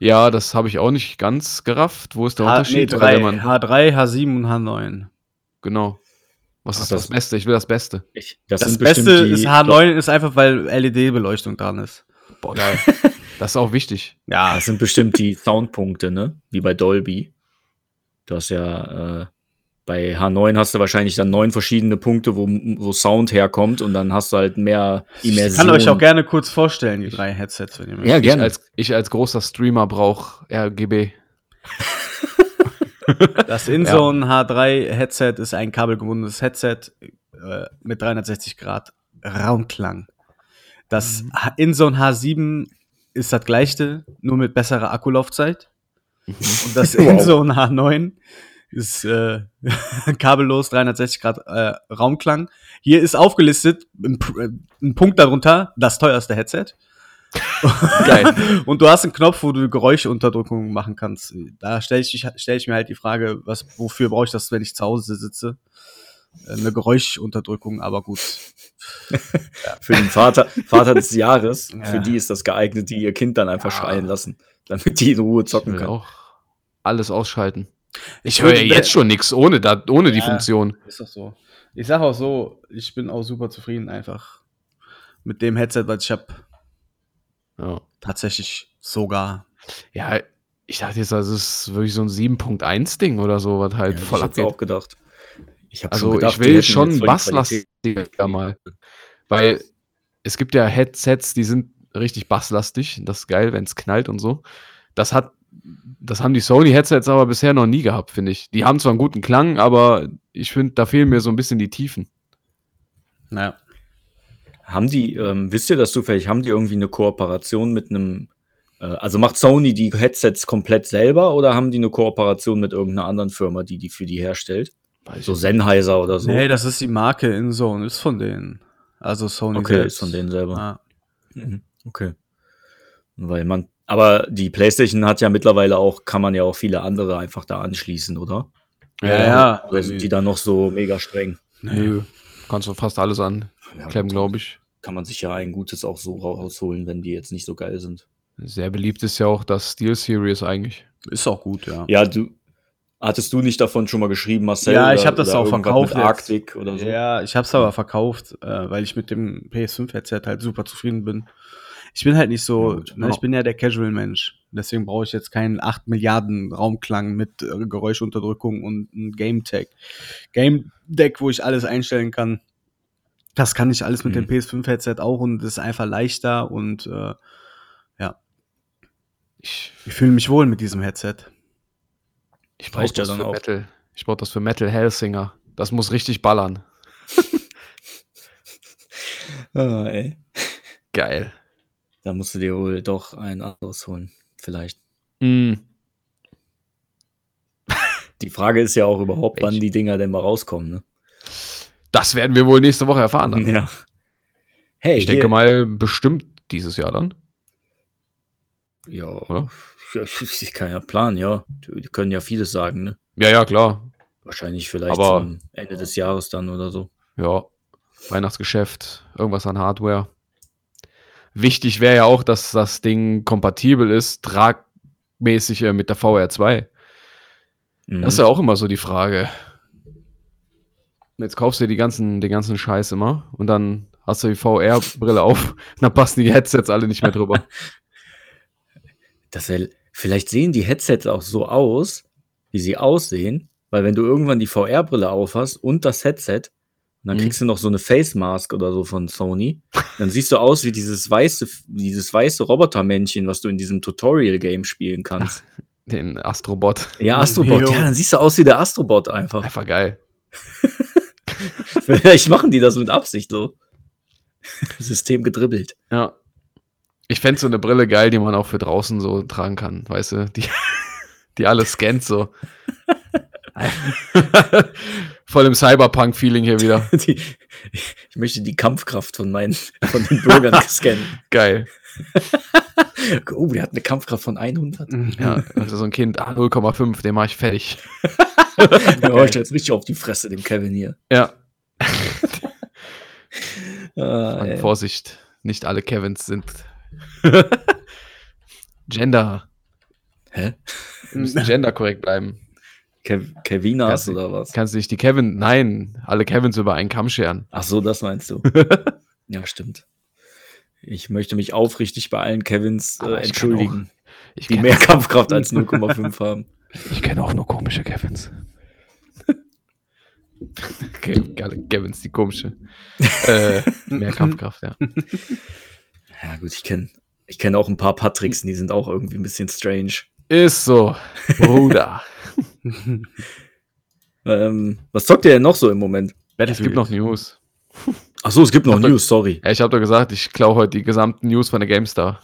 S4: Ja, das habe ich auch nicht ganz gerafft. Wo ist der
S5: H-
S4: Unterschied?
S5: Ah, nee,
S4: Oder
S5: drei,
S4: wenn man,
S5: H3, H7 und H9.
S4: genau. Was
S1: Ach,
S4: ist das,
S1: das-
S4: Beste? Ich will das Beste.
S1: Das,
S5: Das,
S1: sind
S5: Beste
S1: bestimmt die-
S5: ist H9 ist einfach, weil LED-Beleuchtung dran ist.
S4: Boah, geil. das ist auch wichtig.
S5: Ja,
S1: Ah, Das sind bestimmt die Soundpunkte, ne? Wie bei Dolby. Du hast ja äh, bei H9 hast du wahrscheinlich dann neun verschiedene Punkte, wo, wo Sound herkommt und dann hast du halt mehr
S5: ich
S1: Immersion.
S5: kann euch auch gerne kurz vorstellen, die drei Headsets, wenn ihr möchtet.
S1: Ja,
S4: Ich
S1: gerne.
S4: als, ich als großer Streamer brauche RGB.
S5: Das InZone H3-Headset ist ein kabelgebundenes Headset äh, mit 360 Grad Raumklang. Das H- InZone H7 ist das gleiche, nur mit besserer Akkulaufzeit. Und das
S1: Wow.
S5: InZone H9 ist äh, kabellos 360 Grad äh, Raumklang. Hier ist aufgelistet, ein, P- äh, ein Punkt darunter, das teuerste Headset.
S4: Geil.
S5: Und du hast einen Knopf, wo du Geräuschunterdrückung machen kannst. Da stelle ich, dich- stell ich mir halt die Frage, was, wofür brauche ich das, wenn ich zu Hause sitze? Äh, Eine Geräuschunterdrückung, aber gut.
S1: Für den Vater, Vater des Jahres,
S5: Ja.
S1: für die ist das geeignet, die ihr Kind dann einfach
S4: Ja.
S1: schreien lassen, damit die in Ruhe
S4: Ich
S1: zocken
S4: will
S1: können.
S4: auch alles ausschalten. Ich
S5: Ich
S4: höre
S5: würde-
S4: ja jetzt schon nichts ohne, da, ohne die
S5: Ja.
S4: Funktion.
S5: Ist doch so. Ich sage auch so, ich bin auch super zufrieden einfach mit dem Headset, was ich habe.
S4: Ja.
S5: Tatsächlich sogar.
S4: ja, ich dachte jetzt, das ist wirklich so ein 7.1-Ding oder so, was halt
S1: Ja,
S4: voll
S1: ich hab's
S4: abgeht.
S1: auch gedacht. Ich hab
S4: Also
S1: gedacht,
S4: ich
S1: die
S4: will
S1: hätten jetzt
S4: schon
S1: voll die Qualität.
S4: basslastiger mal. Weil es gibt ja Headsets, die sind richtig basslastig. Das ist geil, wenn es knallt und so. Das hat, das haben die Sony-Headsets aber bisher noch nie gehabt, finde ich. Die haben zwar einen guten Klang, aber ich finde, da fehlen mir so ein bisschen die Tiefen.
S5: Naja.
S1: Haben die, ähm, wisst ihr das zufällig, haben die irgendwie eine Kooperation mit einem, äh, also macht Sony die Headsets komplett selber oder haben die eine Kooperation mit irgendeiner anderen Firma, die die für die herstellt?
S4: Weiß ich
S1: So Sennheiser oder so.
S5: Nee, das ist die Marke InZone, ist von denen. Also Sony
S1: okay,
S5: selbst.
S1: ist von denen selber.
S5: Ja.
S1: Mhm, Okay. Weil man, aber die PlayStation hat ja mittlerweile auch, kann man ja auch viele andere einfach da anschließen, oder?
S4: Ja,
S5: ja.
S1: Oder sind die da noch so mega streng?
S4: Nö, kannst du fast alles anklemmen,
S1: Ja,
S4: glaube ich.
S1: Kann man sich ja ein gutes auch so rausholen, wenn die jetzt nicht so geil sind.
S4: Sehr beliebt ist ja auch das SteelSeries eigentlich.
S5: Ist auch gut, ja.
S1: Ja, du hattest du nicht davon schon mal geschrieben, Marcel?
S5: Ja, ich
S1: oder-
S5: hab das
S1: oder
S5: auch
S1: irgendwas
S5: verkauft
S1: Mit
S5: jetzt.
S1: Arktik oder so.
S5: Ja, ich hab's aber verkauft, äh, weil ich mit dem PS5-Headset halt super zufrieden bin. Ich bin halt nicht
S1: Ja,
S5: so,
S1: gut. genau.
S5: ne, ich bin ja der Casual-Mensch. Deswegen brauche ich jetzt keinen 8 Milliarden Raumklang mit äh, Geräuschunterdrückung und ein Game Tag. Game Deck, wo ich alles einstellen kann. Das kann ich alles mit
S1: Mhm.
S5: dem PS5-Headset auch und das ist einfach leichter und äh,
S4: Ich,
S5: ich fühle mich wohl mit diesem Headset.
S4: ich brauche
S1: Reicht ja
S4: das
S1: dann
S4: für
S1: auch.
S4: Metal. Ich brauche das für Metal Hellsinger. Das muss richtig ballern.
S1: Ah, ey.
S4: Geil.
S1: Da musst du dir wohl doch ein anderes holen. Vielleicht.
S4: Mm.
S1: Die Frage ist ja auch überhaupt, wann
S4: Welch-
S1: die Dinger denn mal rauskommen. Ne?
S4: Das werden wir wohl nächste Woche erfahren. Dann.
S1: Ja. Hey,
S4: Ich denke
S1: hier-
S4: mal, bestimmt dieses Jahr dann.
S1: Ja,
S4: Oder?
S1: ich kann ja planen, ja. Die die können ja vieles sagen, ne?
S4: Ja, ja, klar.
S1: Wahrscheinlich vielleicht
S4: Aber-
S1: zum Ende des Jahres dann oder so.
S4: Ja, Weihnachtsgeschäft, irgendwas an Hardware. Wichtig wäre ja auch, dass das Ding kompatibel ist, tragmäßig äh, mit der VR2.
S1: Mhm.
S4: Das ist ja auch immer so die Frage. Jetzt kaufst du dir die ganzen, den ganzen Scheiß immer und dann hast du die VR-Brille auf und dann passen die Headsets alle nicht mehr drüber.
S1: Das wär, vielleicht sehen die Headsets auch so aus, wie sie aussehen, weil wenn du irgendwann die VR-Brille aufhast und das Headset, dann
S4: Mhm.
S1: kriegst du noch so eine Face Mask oder so von Sony, dann siehst du aus wie dieses weiße, dieses weiße Robotermännchen, was du in diesem Tutorial-Game spielen kannst.
S4: Den Astrobot.
S1: ja, Astrobot.
S5: Jo.
S1: Ja, dann siehst du aus wie der Astrobot einfach.
S4: Einfach geil.
S1: Vielleicht machen die das mit Absicht so. System gedribbelt.
S4: Ja. Ich fände so eine Brille geil, die man auch für draußen so tragen kann, weißt du? Die, die alles scannt so. Voll im Cyberpunk-Feeling hier wieder.
S1: Die, ich möchte die Kampfkraft von meinen, von den Bürgern scannen.
S4: Geil.
S1: Oh, der hat eine Kampfkraft von 100.
S4: Ja, also so ein Kind, ah, 0,5, den mache ich fertig.
S1: Der haut jetzt richtig auf die Fresse, dem Kevin hier.
S4: Ja,
S1: Ah,
S4: Mann,
S1: ey.
S4: Vorsicht, nicht alle Kevins sind Gender.
S1: Hä?
S4: Wir müssen genderkorrekt bleiben.
S1: Kev Kevinas
S4: Ja,
S1: oder was?
S4: Kannst nicht die Kevin, nein, alle Kevins über einen Kamm scheren.
S1: Ach so, das meinst du. ja, stimmt. Ich möchte mich aufrichtig bei allen Kevins äh,
S4: Aber ich kann
S1: entschuldigen,
S4: Ich
S1: die
S4: kenn-
S1: mehr Kampfkraft als 0,5 haben.
S4: Ich kenne auch nur komische Kevins. Ke- Geile Kevins, die komische. äh, mehr Kampfkraft, ja.
S1: Ja, gut, ich kenne ich kenn auch ein paar Patricks, die sind auch irgendwie ein bisschen strange.
S4: Ist so, Bruder.
S1: Ähm, was zockt ihr denn noch so im Moment?
S4: es gibt noch News.
S1: Ach so, es gibt noch
S4: Hab-
S1: News, sorry.
S4: Ja, ich habe doch gesagt, ich klaue heute die gesamten News von der GameStar.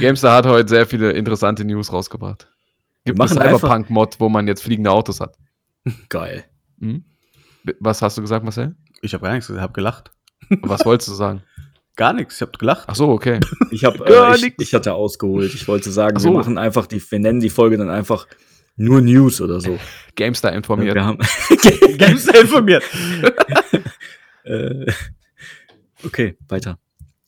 S4: GameStar hat heute sehr viele interessante News rausgebracht. Gibt
S1: Wir
S4: einen
S1: machen einfach-
S4: Cyberpunk-Mod, wo man jetzt fliegende Autos hat.
S1: Geil.
S4: Hm? B- Was hast du gesagt, Marcel?
S5: Ich habe gar nichts gesagt, habe gelacht.
S4: Was wolltest du sagen?
S5: Gar nichts, ich habe gelacht.
S4: Ach so, okay.
S1: Ich habe
S4: Gar
S1: äh, ich,
S4: nix.
S1: ich hatte ausgeholt. Ich wollte sagen,
S4: Ach so.
S1: wir machen einfach die, wir nennen die Folge dann einfach nur News oder so.
S4: GameStar informiert.
S1: Wir haben,
S5: Ganz informiert.
S1: äh, okay, weiter.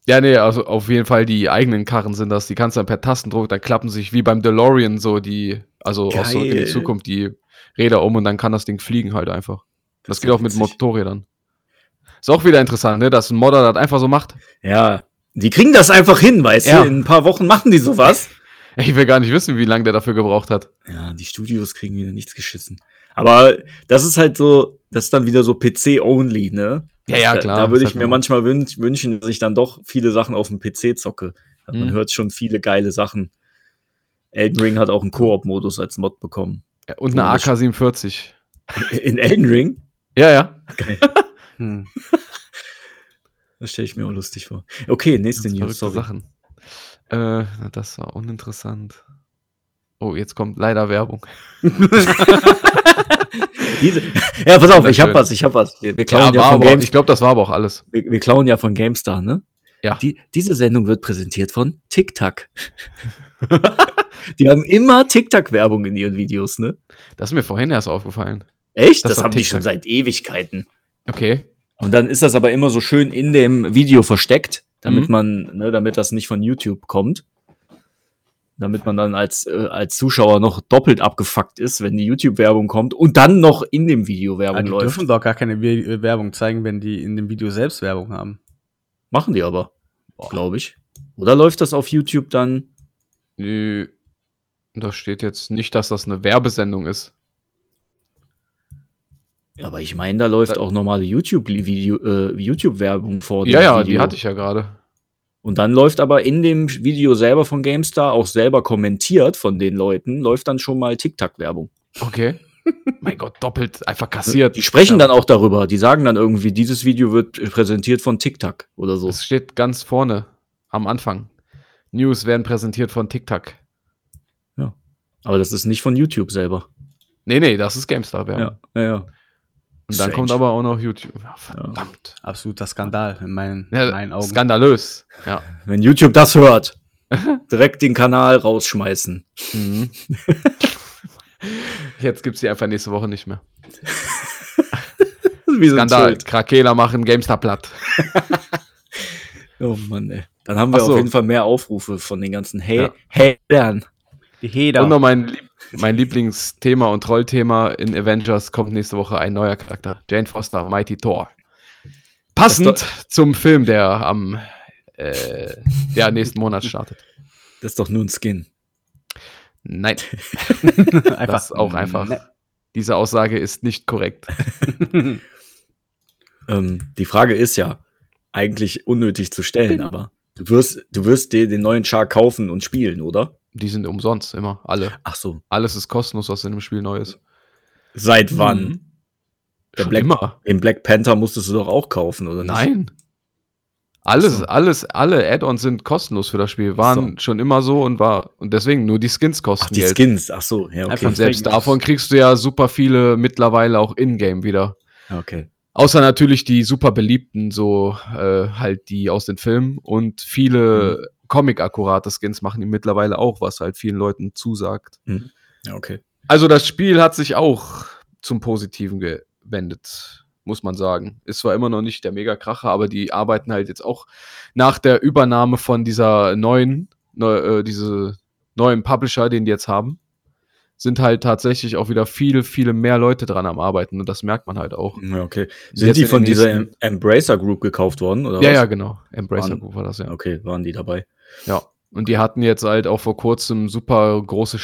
S4: Ja, nee, also auf jeden Fall die eigenen Karren sind das. Die kannst du dann per Tastendruck, dann klappen sich wie beim DeLorean so die, also aus so in die
S1: Geil.
S4: Zukunft die Räder um und dann kann das Ding fliegen halt einfach. Das,
S1: ist
S4: geht
S1: ja
S4: auch mit
S1: witzig.
S4: Motorrädern. Ist auch wieder interessant, ne, dass ein Modder das einfach so macht.
S1: Ja, die kriegen das einfach hin, weißt
S4: Ja.
S1: du? In ein paar Wochen machen die sowas.
S4: Ich will gar nicht wissen, wie lange der dafür gebraucht hat.
S1: Ja, die Studios kriegen wieder nichts geschissen. Aber das ist halt so, das ist dann wieder so PC-only, ne?
S4: Ja, ja,
S1: Da-
S4: klar. halt
S1: Da würde
S4: Das
S1: ich
S4: hat
S1: mir
S4: man-
S1: manchmal wün wünschen, dass ich dann doch viele Sachen auf dem PC zocke. Man
S4: Mhm.
S1: hört schon viele geile Sachen. Elden Ring hat auch einen Koop-Modus als Mod bekommen.
S4: Ja, Und eine
S1: Komisch.
S4: AK-47.
S1: In Elden Ring?
S4: Ja, ja.
S5: Hm.
S1: Das stelle ich mir auch lustig vor. Okay, nächste
S4: Ganz
S1: News,
S4: verrückte
S1: sorry.
S4: Sachen. Äh, na, das war uninteressant. Oh, jetzt kommt leider Werbung.
S1: Diese, ja, pass auf, ich hab
S4: Wunderschön.
S1: was, ich hab was. Wir, wir,
S4: Ja,
S1: klauen ja,
S4: war
S1: von
S4: aber,
S1: Games,
S4: ich glaube, das war aber auch alles.
S1: wir, wir klauen ja von GameStar, ne?
S4: Ja.
S1: Die, diese Sendung wird präsentiert von TikTok. die haben immer TikTok-Werbung in ihren Videos, ne?
S4: Das ist mir vorhin erst aufgefallen.
S1: Echt?
S4: Das
S1: Das,
S4: war
S1: haben die
S4: TikTok.
S1: schon seit Ewigkeiten.
S4: Okay.
S1: Und dann ist das aber immer so schön in dem Video versteckt, damit
S4: Mhm.
S1: man, ne, damit das nicht von YouTube kommt. Damit man dann als, äh, als Zuschauer noch doppelt abgefuckt ist, wenn die YouTube-Werbung kommt und dann noch in dem Video
S5: Aber
S1: Werbung
S5: die
S1: läuft.
S5: dürfen doch gar keine We- Werbung zeigen, wenn die in dem Video selbst Werbung haben.
S1: Machen die aber, glaube ich. Oder läuft das auf YouTube dann?
S4: Nö. Da steht jetzt nicht, dass das eine Werbesendung ist.
S1: Aber ich meine, da läuft
S4: Da-
S1: auch normale YouTube-Video, äh, YouTube-Werbung vor. dem
S4: ja, ja, die
S1: Video.
S4: hatte ich ja gerade.
S1: Und dann läuft aber in dem Video selber von GameStar, auch selber kommentiert von den Leuten, läuft dann schon mal TikTok-Werbung.
S4: Okay. mein Gott, doppelt einfach kassiert.
S1: Die sprechen dann auch darüber. Die sagen dann irgendwie, dieses Video wird präsentiert von TikTok oder so.
S4: Das steht ganz vorne am Anfang. News werden präsentiert von TikTok.
S1: Aber das ist nicht von YouTube selber.
S4: Nee, nee, das ist GameStar Werbung.
S1: ja. ja.
S4: Und dann
S1: Strange.
S4: kommt aber auch noch YouTube. Ja, verdammt.
S5: Absoluter Skandal in meinen,
S4: Ja,
S5: in meinen Augen.
S4: Skandalös. Ja.
S1: Wenn YouTube das hört, direkt den Kanal rausschmeißen.
S4: Mhm. Jetzt gibt es die einfach nächste Woche nicht mehr.
S1: Wie so ein
S4: Skandal.
S1: Schild.
S4: Krakela machen GameStar platt.
S1: Oh Mann, ey. Dann haben wir
S4: Ach so.
S1: auf jeden Fall mehr Aufrufe von den ganzen
S4: Ja.
S1: Hä- Hatern.
S5: Die Heder.
S4: Und noch mein, Lieb- mein Lieblingsthema und Trollthema in Avengers kommt nächste Woche ein neuer Charakter. Jane Foster, Mighty Thor. Passend zum Film, der am äh, der nächsten Monat startet.
S1: Das ist doch nur ein Skin.
S4: Nein,
S5: einfach.
S4: das ist auch einfach.
S1: Ne.
S4: Diese Aussage ist nicht korrekt.
S5: Ne.
S1: Ähm, die Frage ist ja eigentlich unnötig zu stellen,
S4: Genau.
S1: aber du wirst, du wirst dir den neuen Char kaufen und spielen, oder?
S4: Die sind umsonst immer, alle.
S1: Ach so.
S4: Alles ist kostenlos, was in dem Spiel neu ist.
S1: Seit wann?
S4: Mhm.
S1: Der
S4: Schon
S1: Black-
S4: immer.
S1: Den Black Panther musstest du doch auch kaufen, oder nicht?
S4: Nein. Alles,
S1: Ach so.
S4: alles, alle Add-ons sind kostenlos für das Spiel. Waren schon immer so und war. Und deswegen nur die Skins kosten
S1: Ach, die
S4: Geld.
S1: Skins. Ach so, ja, okay.
S5: Einfach
S4: Und selbst
S5: Deswegen-
S4: davon kriegst du ja super viele mittlerweile auch in-game wieder.
S1: Ja, okay.
S4: Außer natürlich die super beliebten, so äh, halt die aus den Filmen und viele Comic-akkurate Skins machen die mittlerweile auch, was halt vielen Leuten zusagt.
S1: Ja, okay.
S4: Also das Spiel hat sich auch zum Positiven gewendet, muss man sagen. Ist zwar immer noch nicht der Mega-Kracher, aber die arbeiten halt jetzt auch nach der Übernahme von dieser neuen, neu, äh, diese neuen Publisher, den die jetzt haben, sind halt tatsächlich auch wieder viele, viele mehr Leute dran am Arbeiten und das merkt man halt auch.
S1: Ja, okay.
S4: Jetzt
S1: Sind
S4: in
S1: die
S4: den
S1: von dieser
S4: nächsten-
S1: Em- Embracer Group gekauft worden? Oder
S4: Ja, ja,
S1: was?
S4: genau. Embracer
S1: Waren-
S4: Group war das, ja.
S1: Okay, waren die dabei?
S4: Und die hatten jetzt halt auch vor kurzem super große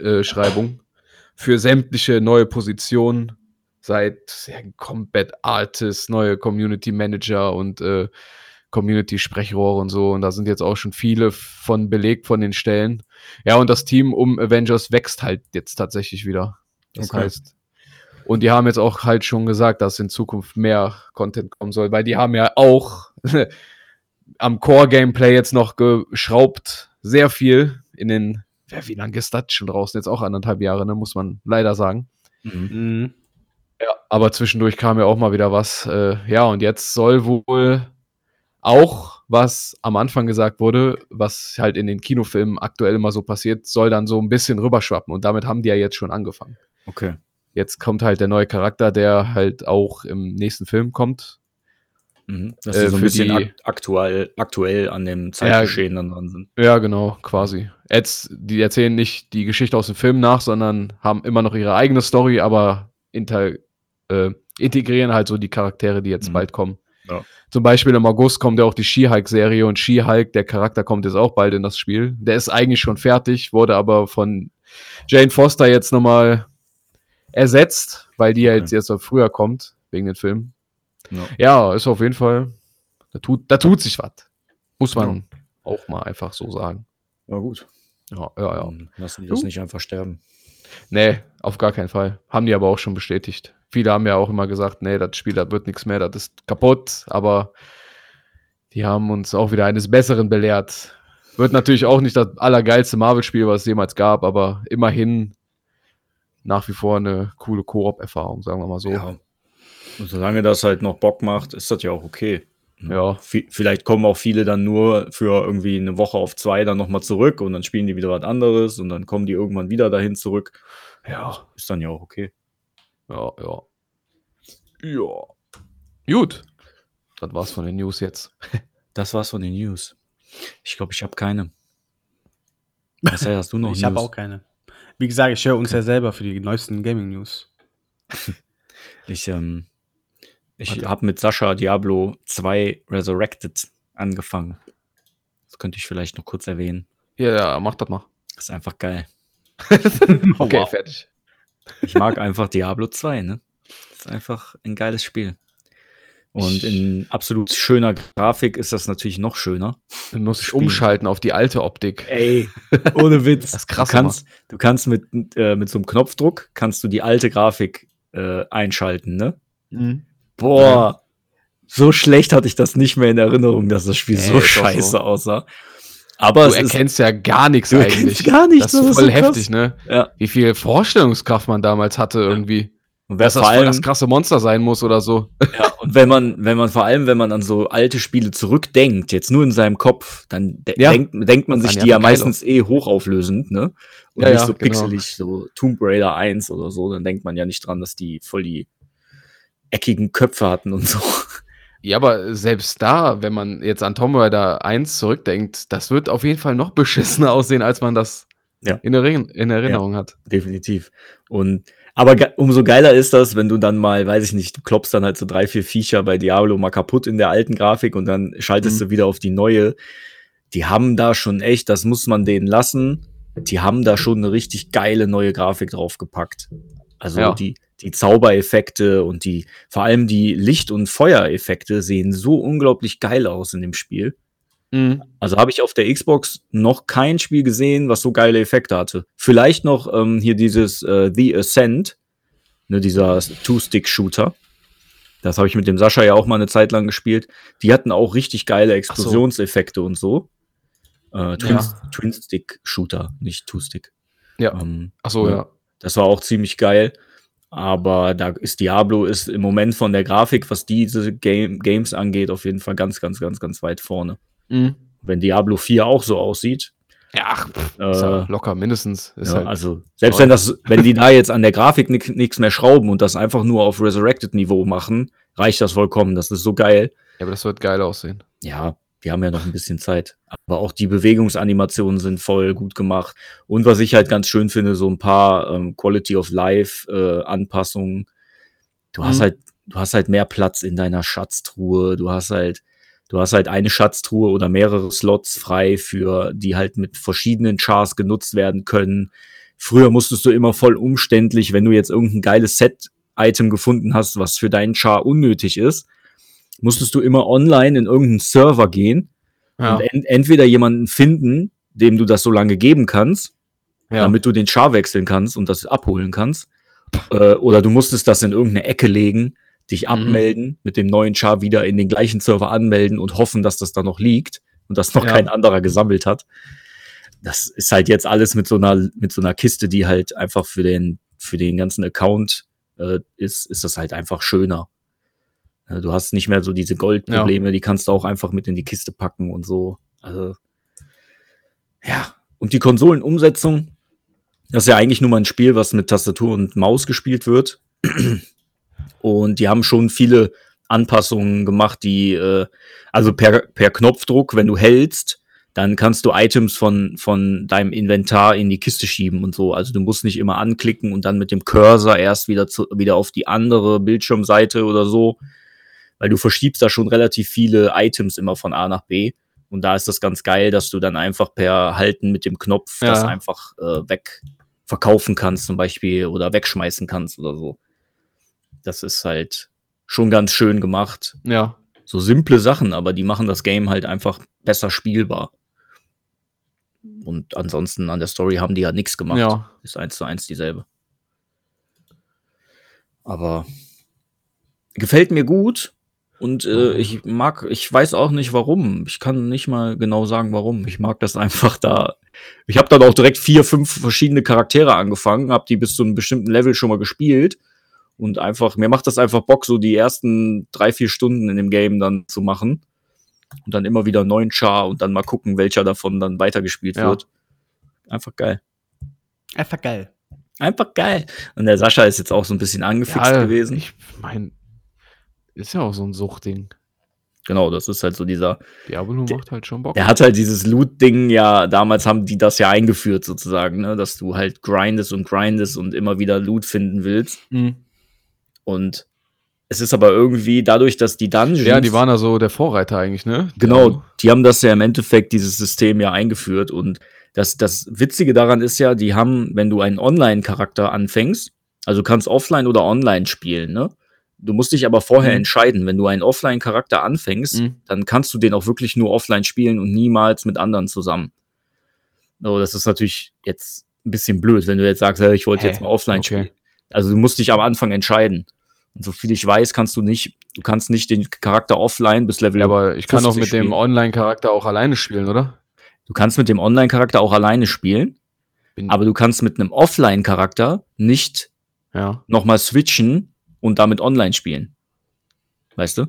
S4: Stellenausschreibung äh, für sämtliche neue Positionen, seit ja, Combat Artist, neue Community Manager und äh, Community Sprechrohre und so. Und da sind jetzt auch schon viele von belegt von den Stellen. Ja, und das Team um Avengers wächst halt jetzt tatsächlich wieder. Das
S1: Okay.
S4: heißt. Und die haben jetzt auch halt schon gesagt, dass in Zukunft mehr Content kommen soll, weil die haben ja auch am Core-Gameplay jetzt noch geschraubt. Sehr viel in den, ja, wie lange ist das schon draußen? Jetzt auch anderthalb Jahre, ne, muss man leider sagen.
S1: Mhm.
S5: Mhm.
S4: Ja, aber zwischendurch kam ja auch mal wieder was. Äh, ja, und jetzt soll wohl auch, was am Anfang gesagt wurde, was halt in den Kinofilmen aktuell immer so passiert, soll dann so ein bisschen rüberschwappen. Und damit haben die ja jetzt schon angefangen.
S1: Okay.
S4: Jetzt kommt halt der neue Charakter, der halt auch im nächsten Film kommt.
S1: Mhm. Dass
S4: Äh,
S1: sie so ein
S4: für
S1: bisschen
S4: die-
S1: ak aktuell, aktuell an dem Zeitgeschehen dann dran sind.
S4: Ja, genau, quasi. Jetzt, die erzählen nicht die Geschichte aus dem Film nach, sondern haben immer noch ihre eigene Story, aber inter, äh, integrieren halt so die Charaktere, die jetzt
S1: Mhm.
S4: bald kommen.
S1: Ja.
S4: Zum Beispiel im August kommt ja auch die She-Hulk-Serie und She-Hulk, der Charakter kommt jetzt auch bald in das Spiel. Der ist eigentlich schon fertig, wurde aber von Jane Foster jetzt nochmal ersetzt, weil die ja
S1: Okay.
S4: jetzt, jetzt auch früher kommt, wegen den Filmen.
S1: Ja.
S4: Ja, ist auf jeden Fall, da tut, da tut sich was. Muss man
S1: Ja.
S4: auch mal einfach so sagen.
S1: Ja, gut.
S4: Ja, ja, ja.
S1: Dann lassen die das
S4: Du?
S1: nicht einfach sterben.
S4: Nee, auf gar keinen Fall. Haben die aber auch schon bestätigt. Viele haben ja auch immer gesagt, nee, das Spiel, das wird nichts mehr, das ist kaputt, aber die haben uns auch wieder eines Besseren belehrt. Wird natürlich auch nicht das allergeilste Marvel-Spiel, was es jemals gab, aber immerhin nach wie vor eine coole Koop-Erfahrung, sagen wir mal so.
S1: Ja. Und solange das halt noch Bock macht, ist das ja auch okay.
S4: Ja.
S1: V vielleicht kommen auch viele dann nur für irgendwie eine Woche auf zwei dann nochmal zurück und dann spielen die wieder was anderes und dann kommen die irgendwann wieder dahin zurück.
S4: Ja,
S1: Ist dann ja auch okay.
S4: ja, ja. Ja. Gut. Das war's von den News jetzt.
S1: Das war's von den News. Ich glaube, ich habe keine. Marcel, hast du noch
S5: Ich habe
S1: News?
S5: auch keine. Wie gesagt, ich höre uns ja selber für die neuesten Gaming-News.
S1: Ich, ähm, ich habe mit Sascha Diablo 2 Resurrected angefangen. Das könnte ich vielleicht noch kurz erwähnen.
S4: Ja, ja, mach das mal.
S1: Das ist einfach geil.
S4: Okay, fertig.
S1: Ich mag einfach Diablo 2, ne? Das ist einfach ein geiles Spiel. Und in absolut schöner Grafik ist das natürlich noch schöner.
S4: Du musst
S1: Spiel.
S4: umschalten auf die alte Optik.
S1: Ey, ohne Witz.
S4: Das ist krass,
S1: du kannst, du kannst mit, äh, mit so einem Knopfdruck kannst du die alte Grafik äh, einschalten, ne? Boah, so schlecht hatte ich das nicht mehr in Erinnerung, dass das Spiel
S4: Nee,
S1: so
S4: ist doch
S1: scheiße
S4: so.
S1: aussah. Aber
S4: Du
S1: es ist
S4: erkennst ja gar nichts
S1: du erkennst
S4: eigentlich.
S1: gar nichts.
S4: das ist voll heftig, ne?
S1: Ja.
S4: Wie viel Vorstellungskraft man damals hatte irgendwie.
S1: Und wer
S4: Dass das
S1: vor
S4: voll
S1: allem,
S4: das krasse Monster sein muss oder so.
S1: ja, und wenn man, wenn man vor allem, wenn man an so alte Spiele zurückdenkt, jetzt nur in seinem Kopf, dann de
S4: Ja.
S1: denkt, denkt man
S4: An
S1: sich die
S4: Jan
S1: ja
S4: Kylo.
S1: meistens eh hochauflösend, ne? Und
S4: Ja,
S1: nicht
S4: ja,
S1: so
S4: genau.
S1: pixelig, so Tomb Raider 1 oder so, dann denkt man ja nicht dran, dass die voll die eckigen Köpfe hatten und so.
S4: Ja, aber selbst da, wenn man jetzt an Tomb Raider 1 zurückdenkt, das wird auf jeden Fall noch beschissener aussehen, als man das
S1: Ja.
S4: in, Erin in Erinnerung hat.
S1: definitiv. Und aber ge umso geiler ist das, wenn du dann mal, weiß ich nicht, du klopfst dann halt so drei, vier Viecher bei Diablo mal kaputt in der alten Grafik und dann schaltest du wieder auf die neue. Die haben da schon echt, das muss man denen lassen. Die haben da schon eine richtig geile neue Grafik draufgepackt. Also
S4: Ja.
S1: die, die Zaubereffekte und die, vor allem die Licht- und Feuereffekte sehen so unglaublich geil aus in dem Spiel.
S4: Mhm.
S1: Also habe ich auf der Xbox noch kein Spiel gesehen, was so geile Effekte hatte. Vielleicht noch ähm, hier dieses äh, The Ascent, ne, dieser Two-Stick-Shooter. Das habe ich mit dem Sascha ja auch mal eine Zeit lang gespielt. Die hatten auch richtig geile Explosionseffekte und so. Äh, Twin-
S4: Ja.
S1: Twin-Stick-Shooter, nicht Two-Stick.
S4: Ja.
S1: Ähm,
S4: Achso,
S1: Ja.
S4: ja.
S1: das war auch ziemlich geil. Aber da ist Diablo ist im Moment von der Grafik, was diese Game Games angeht, auf jeden Fall ganz, ganz, ganz, ganz weit vorne
S4: Mhm.
S1: wenn Diablo 4 auch so aussieht.
S4: Ja, ach, pff,
S1: Äh,
S4: ist ja
S1: ja,
S4: locker, mindestens. Ist halt,
S1: also, selbst wenn das, wenn die da jetzt an der Grafik nichts mehr schrauben und das einfach nur auf Resurrected-Niveau machen, reicht das vollkommen. Das ist so geil.
S4: ja, aber das wird geil aussehen.
S1: Ja, die haben ja noch ein bisschen Zeit. Aber auch die Bewegungsanimationen sind voll gut gemacht. Und was ich halt ganz schön finde, so ein paar ähm, Quality of Life-Anpassungen. du hast
S4: Mhm.
S1: halt, du hast halt mehr Platz in deiner Schatztruhe. Du hast halt, du hast halt eine Schatztruhe oder mehrere Slots frei für, die halt mit verschiedenen Chars genutzt werden können. Früher musstest du immer voll umständlich, wenn du jetzt irgendein geiles Set-Item gefunden hast, was für deinen Char unnötig ist, musstest du immer online in irgendeinen Server gehen
S4: Ja,
S1: und en entweder jemanden finden, dem du das so lange geben kannst,
S4: ja.
S1: damit du den Char wechseln kannst und das abholen kannst. Äh, oder du musstest das in irgendeine Ecke legen,
S4: Mhm.
S1: dich abmelden, mit dem neuen Char wieder in den gleichen Server anmelden und hoffen, dass das da noch liegt und das noch
S4: Ja.
S1: kein anderer gesammelt hat. Das ist halt jetzt alles mit so einer, mit so einer Kiste, die halt einfach für den, für den ganzen Account äh, ist, ist das halt einfach schöner. Äh, Du hast nicht mehr so diese Goldprobleme, die kannst du auch einfach mit in die Kiste packen und so. Also, ja. Und die Konsolenumsetzung, das ist ja eigentlich nur mal ein Spiel, was mit Tastatur und Maus gespielt wird. Und die haben schon viele Anpassungen gemacht, die, äh, also per, per Knopfdruck, wenn du hältst, dann kannst du Items von, von deinem Inventar in die Kiste schieben und so. Also du musst nicht immer anklicken und dann mit dem Cursor erst wieder, zu, wieder auf die andere Bildschirmseite oder so. Weil du verschiebst da schon relativ viele Items immer von A nach B. Und da ist das ganz geil, dass du dann einfach per Halten mit dem Knopf
S4: Ja.
S1: das einfach äh, weg verkaufen kannst zum Beispiel oder wegschmeißen kannst oder so. Das ist halt schon ganz schön gemacht
S4: ja.
S1: so simple Sachen, aber die machen das Game halt einfach besser spielbar. Und ansonsten an der Story haben die ja nichts gemacht.
S4: Ja.
S1: Ist eins zu eins dieselbe. Aber gefällt mir gut und äh, ich mag, ich weiß auch nicht warum. Ich kann nicht mal genau sagen, warum. Ich mag das einfach da. Ich habe dann auch direkt vier, fünf verschiedene Charaktere angefangen, habe die bis zu einem bestimmten Level schon mal gespielt und einfach, mir macht das einfach Bock, so die ersten drei, vier Stunden in dem Game dann zu machen. Und dann immer wieder einen neuen Char und dann mal gucken, welcher davon dann weitergespielt
S4: Ja.
S1: wird. Einfach geil.
S5: Einfach geil.
S1: Einfach geil. Und der Sascha ist jetzt auch so ein bisschen angefixt
S4: ja,
S1: gewesen.
S4: Ich meine, ist ja auch so ein Suchtding.
S1: Genau, das ist halt so dieser.
S4: Diablo
S1: Der-
S4: macht halt schon Bock.
S1: Der hat halt dieses Loot-Ding ja, damals haben die das ja eingeführt sozusagen, ne? dass du halt grindest und grindest und immer wieder Loot finden willst.
S4: Mhm.
S1: Und es ist aber irgendwie dadurch, dass die Dungeons.
S4: Ja, die waren ja so der Vorreiter eigentlich, ne?
S1: Genau, die haben das ja im Endeffekt, dieses System ja eingeführt. Und das, das Witzige daran ist ja, die haben, wenn du einen Online-Charakter anfängst, also du kannst offline oder online spielen, ne? Du musst dich aber vorher
S4: Mhm.
S1: entscheiden, wenn du einen Offline-Charakter anfängst,
S4: Mhm.
S1: dann kannst du den auch wirklich nur offline spielen und niemals mit anderen zusammen. So, das ist natürlich jetzt ein bisschen blöd, wenn du jetzt sagst, hey, ich wollte
S4: Hä?
S1: jetzt mal offline
S4: Okay.
S1: spielen. Also du musst dich am Anfang entscheiden. Und so viel ich weiß, kannst du nicht, du kannst nicht den Charakter offline bis Level
S4: Ja, aber ich kann auch
S1: 50
S4: mit dem
S1: Mhm. spielen.
S4: Online-Charakter auch alleine spielen, oder?
S1: Du kannst mit dem Online-Charakter auch alleine spielen,
S4: Bin-
S1: aber du kannst mit einem Offline-Charakter nicht
S4: Ja.
S1: nochmal switchen und damit online spielen. Weißt du?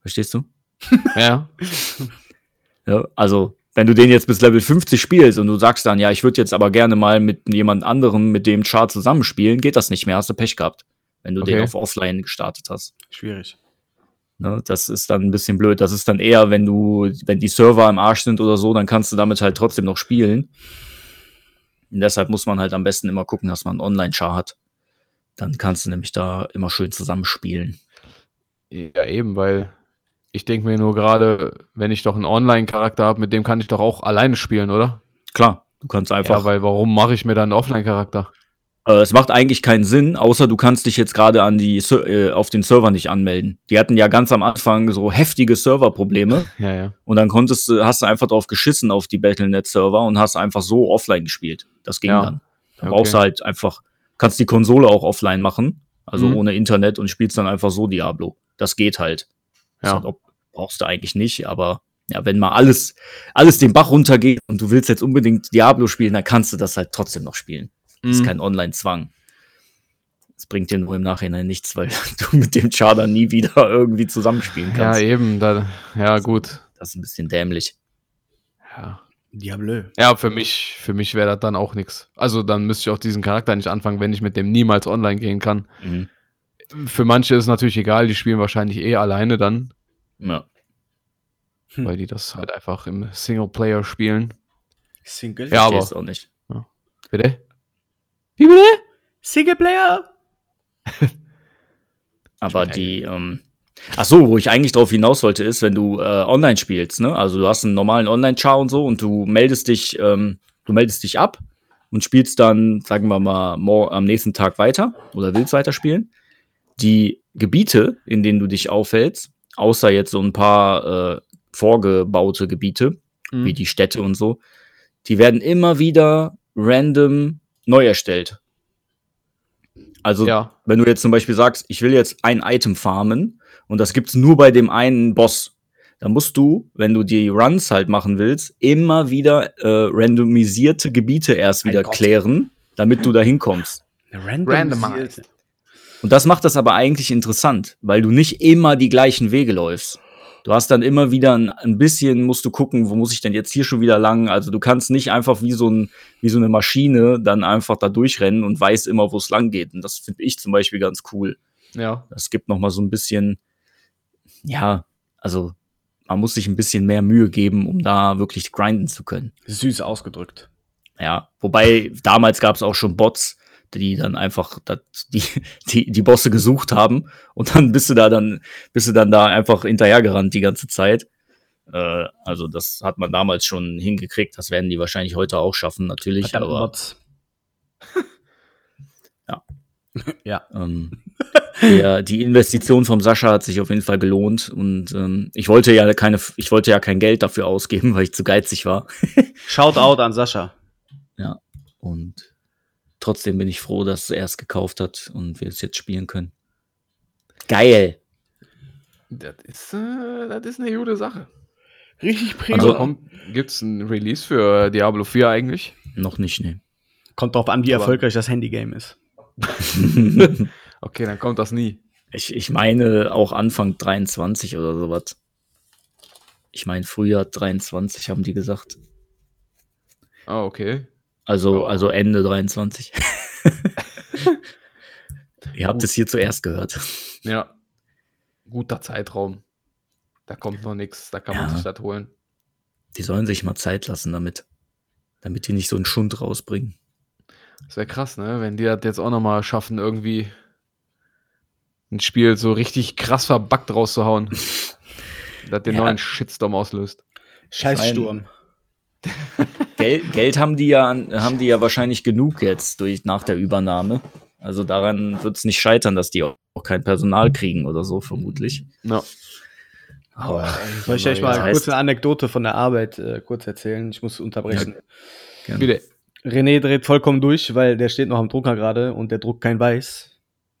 S1: Verstehst du?
S4: Ja.
S1: Ja, also, wenn du den jetzt bis Level 50 spielst und du sagst dann, ja, ich würde jetzt aber gerne mal mit jemand anderem mit dem Char zusammenspielen, geht das nicht mehr, hast du Pech gehabt, wenn du den
S4: Okay.
S1: auf Offline gestartet hast.
S5: Schwierig.
S1: Ne? Das ist dann ein bisschen blöd. Das ist dann eher, wenn du, wenn die Server im Arsch sind oder so, dann kannst du damit halt trotzdem noch spielen. Und deshalb muss man halt am besten immer gucken, dass man einen Online-Char hat. Dann kannst du nämlich da immer schön zusammenspielen.
S4: Ja, eben, weil ich denke mir nur gerade, wenn ich doch einen Online-Charakter habe, mit dem kann ich doch auch alleine spielen, oder?
S1: Klar, du kannst einfach
S4: Ja, weil warum mache ich mir dann einen Offline-Charakter?
S1: Äh, es macht eigentlich keinen Sinn, außer du kannst dich jetzt gerade an die Ser- äh, auf den Server nicht anmelden. Die hatten ja ganz am Anfang so heftige Serverprobleme
S4: Ja, ja.
S1: und dann konntest du, hast du einfach drauf geschissen auf die Battlenet-Server und hast einfach so offline gespielt. Das ging
S4: Ja.
S1: dann. Da
S4: Okay.
S1: brauchst du halt einfach, kannst die Konsole auch offline machen, also
S4: Mhm.
S1: ohne Internet und spielst dann einfach so Diablo. Das geht halt. Das
S4: Ja.
S1: hat auch- brauchst du eigentlich nicht, aber ja, wenn mal alles, alles den Bach runtergeht und du willst jetzt unbedingt Diablo spielen, dann kannst du das halt trotzdem noch spielen. Das ist
S4: Mhm.
S1: kein Online-Zwang. Das bringt dir nur im Nachhinein nichts, weil du mit dem Charter nie wieder irgendwie zusammenspielen
S4: Ja, eh.
S1: kannst.
S4: eben, da, ja, gut.
S1: das ist ein bisschen dämlich.
S4: Ja.
S5: Diablö.
S4: Ja, für mich, für mich wäre das dann auch nichts. Also dann müsste ich auch diesen Charakter nicht anfangen, wenn ich mit dem niemals online gehen kann.
S1: Mhm.
S4: Für manche ist es natürlich egal, die spielen wahrscheinlich eh alleine dann,
S1: Ja.
S5: Hm.
S4: weil die das halt einfach im Singleplayer spielen.
S5: Single?
S4: Ja, aber.
S1: Verstehst auch nicht.
S4: Bitte? Wie bitte?
S5: Singleplayer?
S1: Aber die, ähm, ach so, wo ich eigentlich drauf hinaus wollte, ist, wenn du äh, online spielst, ne? Also du hast einen normalen Online-Char und so und du meldest dich, ähm, du meldest dich ab und spielst dann, sagen wir mal, mor- am nächsten Tag weiter oder willst weiterspielen. Die Gebiete, in denen du dich aufhältst, außer jetzt so ein paar äh, vorgebaute Gebiete,
S4: Mhm. Hm.
S1: wie die Städte und so, die werden immer wieder random neu erstellt. Also
S4: Ja,
S1: wenn du jetzt zum Beispiel sagst, ich will jetzt ein Item farmen und das gibt's nur bei dem einen Boss, dann musst du, wenn du die Runs halt machen willst, immer wieder äh, randomisierte Gebiete erst
S5: Mein
S1: wieder
S5: Gott.
S1: klären, damit du da hinkommst.
S5: Randomized.
S1: Und das macht das aber eigentlich interessant, weil du nicht immer die gleichen Wege läufst. Du hast dann immer wieder ein, ein bisschen, musst du gucken, wo muss ich denn jetzt hier schon wieder lang? Also du kannst nicht einfach wie so, ein, wie so eine Maschine dann einfach da durchrennen und weißt immer, wo es lang geht. Und das finde ich zum Beispiel ganz cool.
S4: ja.
S1: Es gibt noch mal so ein bisschen, ja, also man muss sich ein bisschen mehr Mühe geben, um da wirklich grinden zu können.
S5: Süß ausgedrückt.
S1: Ja, wobei damals gab es auch schon Bots, die dann einfach das, die, die, die Bosse gesucht haben und dann bist du da dann bist du dann da einfach hinterhergerannt die ganze Zeit. Äh, also das hat man damals schon hingekriegt. Das werden die wahrscheinlich heute auch schaffen, natürlich.
S5: Verdammt,
S1: aber
S5: Bots.
S1: Ja.
S5: ja.
S1: Ähm, der, die Investition vom Sascha hat sich auf jeden Fall gelohnt und ähm, ich wollte ja keine, ich wollte ja kein Geld dafür ausgeben, weil ich zu geizig war.
S5: Shoutout an Sascha.
S1: Und trotzdem bin ich froh, dass er es gekauft hat und wir es jetzt spielen können. Geil.
S4: Das ist, äh, das ist eine gute Sache.
S5: Richtig
S1: Also-
S4: Also, gibt es ein Release für äh, Diablo 4 eigentlich?
S1: Noch nicht, ne.
S5: Kommt drauf an, wie
S4: Aber-
S5: erfolgreich das Handygame ist.
S4: Okay, dann kommt das nie.
S1: ich, ich meine auch Anfang 23 oder sowas. Ich meine Frühjahr 23 haben die gesagt.
S4: Ah, okay.
S1: Also,
S4: Oh.
S1: also Ende 23. Ihr habt es hier zuerst gehört.
S4: Ja. Guter Zeitraum. Da kommt noch nichts, da kann
S1: Ja.
S4: man sich das holen.
S1: Die sollen sich mal Zeit lassen damit. Damit die nicht so einen Schund rausbringen.
S4: Das wäre krass, ne? Wenn die das jetzt auch nochmal schaffen, irgendwie ein Spiel so richtig krass verbuggt rauszuhauen. das den
S1: Ja.
S4: neuen Shitstorm auslöst.
S5: Scheißsturm.
S1: Geld, Geld haben die ja an- haben die ja wahrscheinlich genug jetzt durch nach der Übernahme. Also daran wird es nicht scheitern, dass die auch kein Personal kriegen oder so, vermutlich.
S4: Ja.
S1: Aber
S5: Soll ich euch mal
S1: Genau, Das heißt-
S5: kurz eine Anekdote von der Arbeit äh, kurz erzählen? Ich muss unterbrechen.
S4: Wieder.
S5: René dreht vollkommen durch, weil der steht noch am Drucker gerade und der druckt kein Weiß.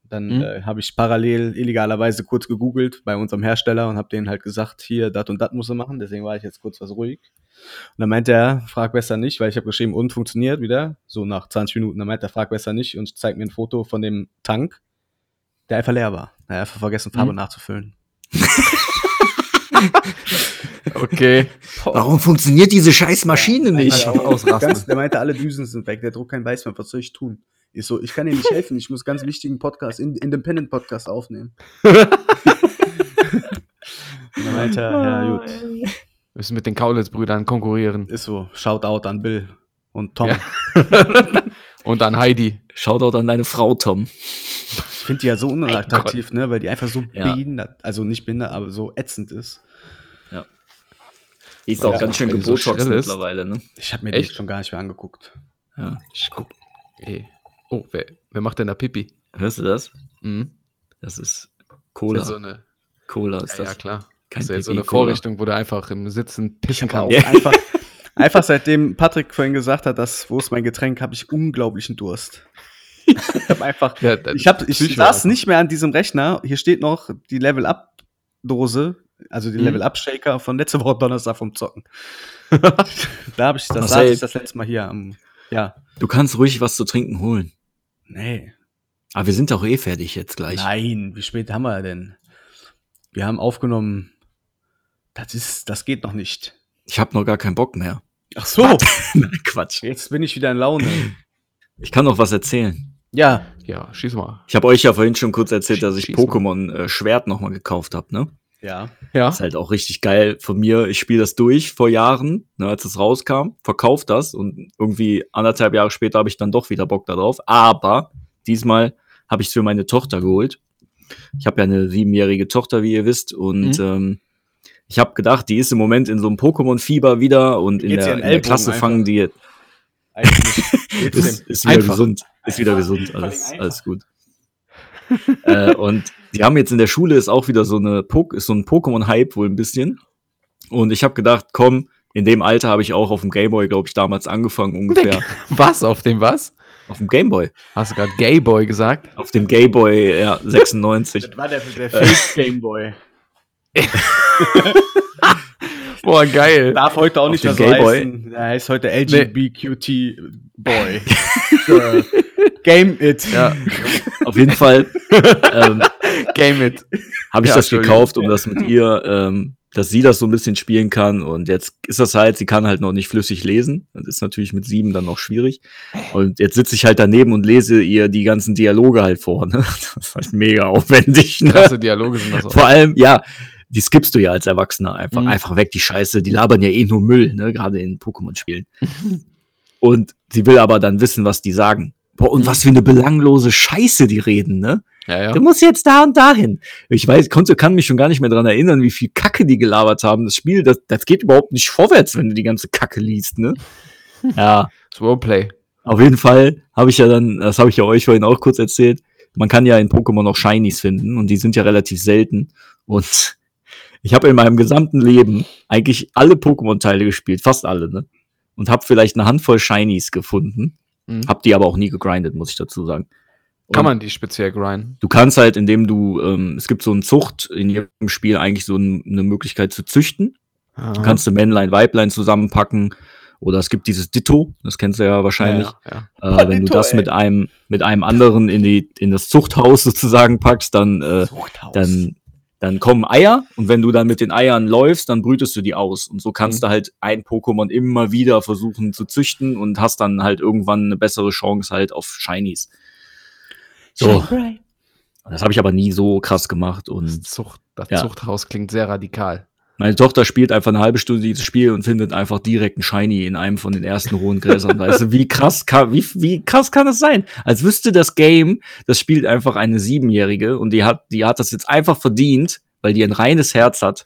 S5: Dann
S4: Mhm.
S5: äh, habe ich parallel illegalerweise kurz gegoogelt bei unserem Hersteller und habe denen halt gesagt, hier, dat und dat musst du machen. Deswegen war ich jetzt kurz was ruhig. Und dann meinte er, frag besser nicht, weil ich habe geschrieben, und funktioniert wieder. So nach 20 Minuten. Dann meinte er, frag besser nicht und zeigt mir ein Foto von dem Tank, der einfach leer war. Er hat einfach vergessen, Farbe
S1: Mhm.
S5: nachzufüllen.
S4: Okay.
S1: Warum funktioniert diese scheiß Maschine nicht?
S4: Einfach ausrasten.
S5: Ganz, der meinte, alle Düsen sind weg, der Druck kein Weiß mehr, was soll ich tun? Ich so, ich kann dir nicht helfen, ich muss ganz wichtigen Podcast, in- Independent Podcast aufnehmen. Und dann meinte er, ja
S4: Ah,
S5: gut,
S4: Müssen mit den Kaulitz-Brüdern konkurrieren.
S5: ist so, Shoutout an Bill und Tom.
S4: Ja. Und dann Heidi.
S1: Shoutout an deine Frau, Tom.
S5: Ich finde die ja so unattraktiv, ne, weil die einfach so
S1: Ja.
S5: behindert, also nicht behindert, aber so ätzend ist.
S1: Die ist auch
S4: Ja,
S1: ganz schön
S4: wenn die so
S1: gebotoxt
S4: schrill ist.
S1: mittlerweile, ne?
S5: Ich habe mir
S4: Echt?
S5: die schon gar nicht mehr angeguckt.
S1: Ja.
S4: Ich guck. Ey. Oh, wer, wer macht denn da Pipi?
S1: Hörst du das?
S4: Mhm.
S1: Das ist
S4: Ist
S1: Cola.
S4: ja so eine,
S1: Cola ist
S4: ja, ja,
S1: das.
S4: klar.
S1: kein
S4: ist ja jetzt so
S1: Pipi,
S4: eine
S1: Cola.
S4: Vorrichtung, wo du einfach im Sitzen pissen
S5: Aber auch
S4: kannst.
S5: einfach, einfach seitdem Patrick vorhin gesagt hat, dass, wo ist mein Getränk, habe ich unglaublichen Durst. ich habe einfach
S4: Ja, dann
S5: Ich, hab, ich
S4: Psycho
S5: saß
S4: einfach.
S5: nicht mehr an diesem Rechner. Hier steht noch die Level-Up-Dose, also die
S4: Mhm.
S5: Level-Up-Shaker von letzte Woche Donnerstag vom Zocken. da habe ich das, saß
S1: Marcel.
S5: ich das letzte Mal hier am. Ja.
S1: Du kannst ruhig was zu trinken holen.
S5: Nee.
S1: Aber wir sind doch eh fertig jetzt gleich.
S5: Nein, wie spät haben wir denn? Wir haben aufgenommen. Das ist, das geht noch nicht.
S1: Ich habe noch gar keinen Bock mehr.
S5: Ach so,
S1: Quatsch.
S5: jetzt bin ich wieder in Laune.
S1: Ich kann noch was erzählen.
S5: Ja,
S4: Ja, schieß mal.
S1: Ich habe euch ja vorhin schon kurz erzählt, dass ich
S4: Schieß mal.
S1: Pokémon äh, Schwert nochmal gekauft habe, ne?
S5: ja.
S4: Ja.
S1: Ist halt auch richtig geil von mir. Ich spiele das durch vor Jahren, ne, als es rauskam, verkauft das und irgendwie anderthalb Jahre später habe ich dann doch wieder Bock darauf. Aber diesmal habe ich es für meine Tochter geholt. Ich habe ja eine siebenjährige Tochter, wie ihr wisst, und
S4: Mhm.
S1: ähm, ich habe gedacht, die ist im Moment in so einem Pokémon-Fieber wieder und in
S5: Geht's ihr
S1: der,
S5: in
S1: in
S5: den
S1: der Klasse
S5: Ellbogen
S1: fangen die
S5: Eigentlich geht's
S1: ist,
S5: dem.
S1: ist wieder
S4: Einfach.
S1: gesund. Ist wieder gesund, alles, alles gut. äh, und die haben jetzt in der Schule ist auch wieder so eine Pok ist so ein Pokémon-Hype wohl ein bisschen. Und ich habe gedacht, komm, in dem Alter habe ich auch auf dem Gameboy, glaube ich, damals angefangen ungefähr.
S4: Was? Auf dem was?
S1: Auf dem Gameboy.
S4: Hast du gerade Gayboy gesagt?
S1: Auf dem Gameboy ja, 96.
S5: Das war der, der Fake Gameboy.
S4: Boah, geil.
S5: Darf heute auch
S1: Auf
S5: nicht
S1: den
S5: mehr so
S1: Gameboy?
S5: heißen. Er heißt heute LGBTQT Boy. Äh, Game it.
S4: Ja,
S1: Auf jeden Fall ähm,
S4: game it.
S1: habe ich
S4: Ja,
S1: das
S4: Entschuldigung.
S1: gekauft, um das mit ihr, ähm, dass sie das so ein bisschen spielen kann. Und jetzt ist das halt, sie kann halt noch nicht flüssig lesen. Das ist natürlich mit sieben dann noch schwierig. Und jetzt sitze ich halt daneben und lese ihr die ganzen Dialoge halt vor. Ne? Das ist halt mega aufwendig. Ne?
S4: Krasse Dialoge sind das auch.
S1: Vor allem, ja, die skippst du ja als Erwachsener einfach.
S4: Mhm.
S1: Einfach weg, die Scheiße. Die labern ja eh nur Müll, ne? gerade in Pokémon-Spielen. und sie will aber dann wissen, was die sagen. Boah, und
S4: Mhm.
S1: was für eine belanglose Scheiße die reden, ne?
S4: Ja,
S1: Du
S4: ja.
S1: musst jetzt da und dahin. Ich weiß, konnte, kann mich schon gar nicht mehr dran erinnern, wie viel Kacke die gelabert haben. Das Spiel, das, das geht überhaupt nicht vorwärts, wenn du die ganze Kacke liest, ne? Ja,
S4: Das Roleplay.
S1: auf jeden Fall habe ich ja dann, das habe ich ja euch vorhin auch kurz erzählt, man kann ja in Pokémon auch Shinies finden und die sind ja relativ selten. Und ich habe in meinem gesamten Leben eigentlich alle Pokémon-Teile gespielt, fast alle, ne? Und habe vielleicht eine Handvoll Shinies gefunden,
S4: Mhm.
S1: habe die aber auch nie gegrindet, muss ich dazu sagen.
S4: Kann
S1: Und-
S4: man die speziell grinden?
S1: Du kannst halt, indem du, ähm, es gibt so einen Zucht in jedem Spiel eigentlich so ein, eine Möglichkeit zu züchten.
S4: Aha.
S1: Du kannst du Männlein, Weiblein zusammenpacken oder es gibt dieses Ditto, das kennst du ja wahrscheinlich.
S4: Ja, ja.
S1: Äh, wenn du das mit einem mit einem anderen in die in das Zuchthaus sozusagen packst, dann äh,
S5: Zuchthaus.
S1: dann dann kommen Eier und wenn du dann mit den Eiern läufst, dann brütest du die aus und so kannst
S4: Mhm.
S1: du halt ein Pokémon immer wieder versuchen zu züchten und hast dann halt irgendwann eine bessere Chance halt auf Shinies. So, das habe ich aber nie so krass gemacht
S4: Das,
S1: und
S4: Zucht, das
S1: Ja.
S4: Zuchthaus klingt sehr radikal.
S1: meine Tochter spielt einfach eine halbe Stunde dieses Spiel und findet einfach direkt einen Shiny in einem von den ersten hohen Gräsern. weißt du, wie krass kann, wie, wie krass kann das sein? Als wüsste das Game, das spielt einfach eine Siebenjährige und die hat, die hat das jetzt einfach verdient, weil die ein reines Herz hat.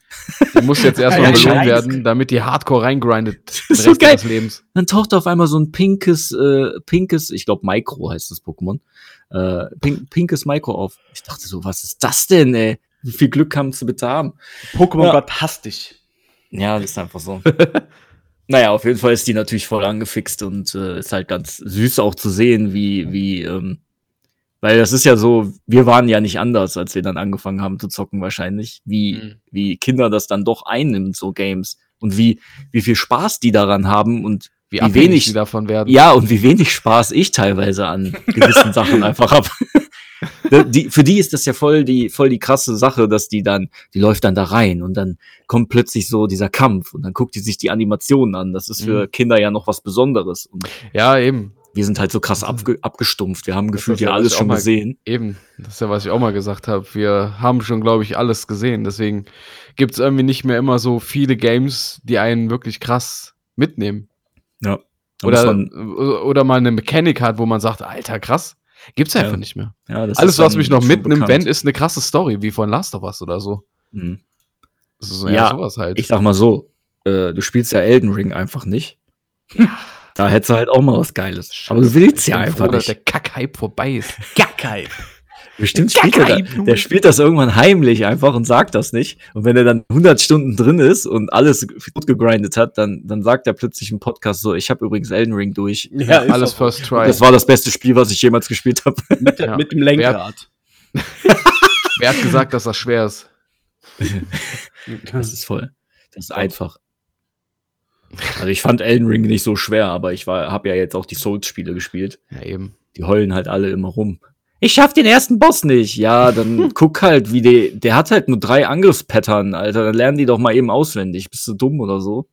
S4: Die muss jetzt erstmal
S1: Ja, ja,
S4: belohnt
S1: ja.
S4: werden, damit die hardcore reingrindet den
S1: ist so
S4: Rest
S1: geil.
S4: ihres Lebens.
S1: Dann taucht auf einmal so ein pinkes, äh, pinkes, ich glaube Micro heißt das Pokémon, äh, pink, pinkes Micro auf. Ich dachte so, was ist das denn, ey? Wie viel Glück kannst du bitte haben?
S5: Pokémon-Gott hasst dich.
S1: Ja, das ist einfach so. naja, auf jeden Fall ist die natürlich voll angefixt und äh, ist halt ganz süß auch zu sehen, wie, wie, ähm, Weil das ist ja so, wir waren ja nicht anders, als wir dann angefangen haben zu zocken wahrscheinlich, wie,
S4: Mhm.
S1: wie Kinder das dann doch einnimmt, so Games. Und wie, wie viel Spaß die daran haben und
S4: Wie,
S1: Wie
S4: abhängig
S1: wenig-
S4: die davon werden.
S1: ja, und wie wenig Spaß ich teilweise an gewissen Sachen einfach hab. Die, für die ist das ja voll die, voll die krasse Sache, dass die dann, die läuft dann da rein und dann kommt plötzlich so dieser Kampf und dann guckt die sich die Animationen an. Das ist
S4: Mhm.
S1: für Kinder ja noch was Besonderes. Und
S4: ja, eben.
S1: wir sind halt so krass abge abgestumpft. Wir haben
S4: Mhm. Das
S1: gefühlt
S4: ist ja
S1: ja alles
S4: auch
S1: schon
S4: mal-
S1: gesehen.
S4: Eben, das ist ja, was ich auch mal gesagt habe. Wir haben schon, glaube ich, alles gesehen. Deswegen gibt es irgendwie nicht mehr immer so viele Games, die einen wirklich krass mitnehmen.
S1: Ja. Da muss
S4: Oder,
S1: man-
S4: oder mal eine Mechanik hat, wo man sagt, alter, krass. Gibt's
S1: Ja.
S4: einfach nicht mehr.
S1: ja, das
S4: Alles,
S1: ist dann
S4: was mich noch
S1: schon
S4: mitnimmt, wenn,
S1: bekannt.
S4: ist eine krasse Story, wie von Last of Us oder so.
S1: Mhm.
S4: Das ist
S1: Ja,
S4: sowas halt.
S1: Ich sag mal so, äh, du spielst ja Elden Ring einfach nicht. Da hättest du halt auch mal was Geiles. Aber du willst ja
S4: bin
S1: einfach
S4: froh, dass
S1: nicht.
S4: der Kack-Hype vorbei ist.
S5: Gackei.
S1: Bestimmt spielt er
S4: Kackei,
S1: da, der spielt das irgendwann heimlich einfach und sagt das nicht. Und wenn er dann 100 Stunden drin ist und alles gut gegrindet hat, dann, dann sagt er plötzlich im Podcast so, ich habe übrigens Elden Ring durch.
S5: Ja, ist
S4: Alles
S5: auch-
S4: First Try.
S1: Das war das beste Spiel, was ich jemals gespielt habe.
S5: mit,
S4: Ja.
S5: mit dem Lenkrad.
S4: Wer hat gesagt, dass das schwer ist?
S1: Das ist voll. Das ist einfach. Also ich fand Elden Ring nicht so schwer, aber ich habe ja jetzt auch die Souls-Spiele gespielt.
S4: Ja, eben.
S1: Die heulen halt alle immer rum. Ich schaff den ersten Boss nicht. Ja, dann guck halt, wie der, der hat halt nur drei Angriffspattern, Alter. Dann lernen die doch mal eben auswendig. Bist du dumm oder so?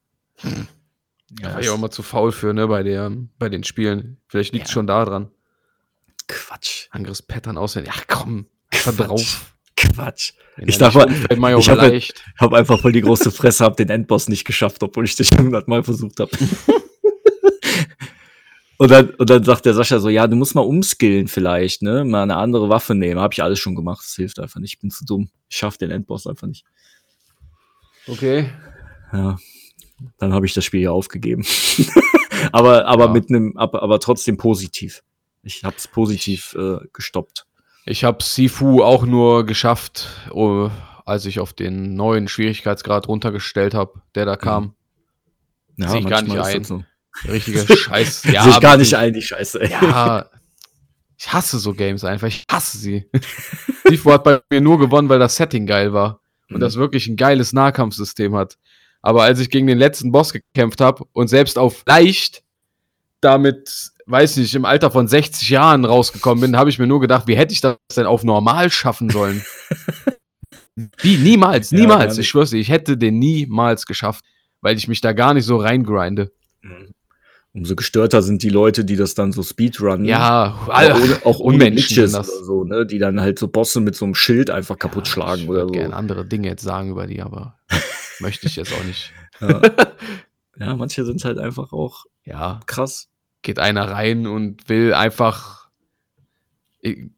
S4: Ja, war ich auch immer zu faul für, ne, bei, der, bei den Spielen. Vielleicht liegt es
S1: Ja.
S4: schon da dran.
S1: Quatsch,
S4: Angriffspattern auswählen. Ach komm, einfach
S1: Quatsch.
S4: drauf.
S1: Quatsch.
S4: Wenn
S1: Ich
S4: er
S1: sag mal,
S4: nicht umfällt, mach ich auch
S1: ich
S4: mal
S1: hab-
S4: leicht.
S1: Ich habe einfach voll die große Fresse, hab den Endboss nicht geschafft, obwohl ich das schon hundertmal versucht habe. und, dann, und dann sagt der Sascha so, ja, du musst mal umskillen vielleicht, ne? Mal eine andere Waffe nehmen. Habe ich alles schon gemacht, das hilft einfach nicht. Ich bin zu dumm. Ich schaff den Endboss einfach nicht.
S4: Okay.
S1: Ja. Dann habe ich das Spiel ja aufgegeben. aber aber
S4: Ja.
S1: mit einem, aber, aber trotzdem positiv. Ich habe es positiv äh, gestoppt.
S4: Ich habe Sifu auch nur geschafft, oh, als ich auf den neuen Schwierigkeitsgrad runtergestellt habe, der da kam.
S1: Mhm. Ja,
S4: Sehe ich gar nicht
S1: manchmal ist
S4: ein.
S1: das So.
S4: Richtiger Scheiß.
S1: Ja, Sehe ich gar nicht
S4: wirklich.
S1: ein, die Scheiße. Ey.
S4: Ja. Ich hasse so Games einfach. Ich hasse sie. Sifu hat bei mir nur gewonnen, weil das Setting geil war. Und
S1: Mhm.
S4: das wirklich ein geiles Nahkampfsystem hat. Aber als ich gegen den letzten Boss gekämpft habe und selbst auf leicht damit, weiß nicht, im Alter von 60 Jahren rausgekommen bin, habe ich mir nur gedacht, wie hätte ich das denn auf normal schaffen sollen? wie? Niemals,
S1: Ja, gar
S4: niemals.
S1: nicht.
S4: ich schwör's dir, ich hätte den niemals geschafft, weil ich mich da gar nicht so reingrinde.
S1: Umso gestörter sind die Leute, die das dann so speedrunnen.
S4: Ja,
S1: Aber Mhm. ohne, auch ohne
S4: Unmenschen
S1: Glitches
S4: sind das.
S1: oder so, ne? Die dann halt so Bosse mit so einem Schild einfach kaputt
S4: ich
S1: schlagen
S4: würd
S1: oder so.
S4: gerne andere Dinge jetzt sagen über die, aber möchte ich jetzt auch nicht.
S1: Ja. ja, manche sind halt einfach auch
S4: Ja,
S1: krass.
S4: geht einer rein und will einfach. Ich-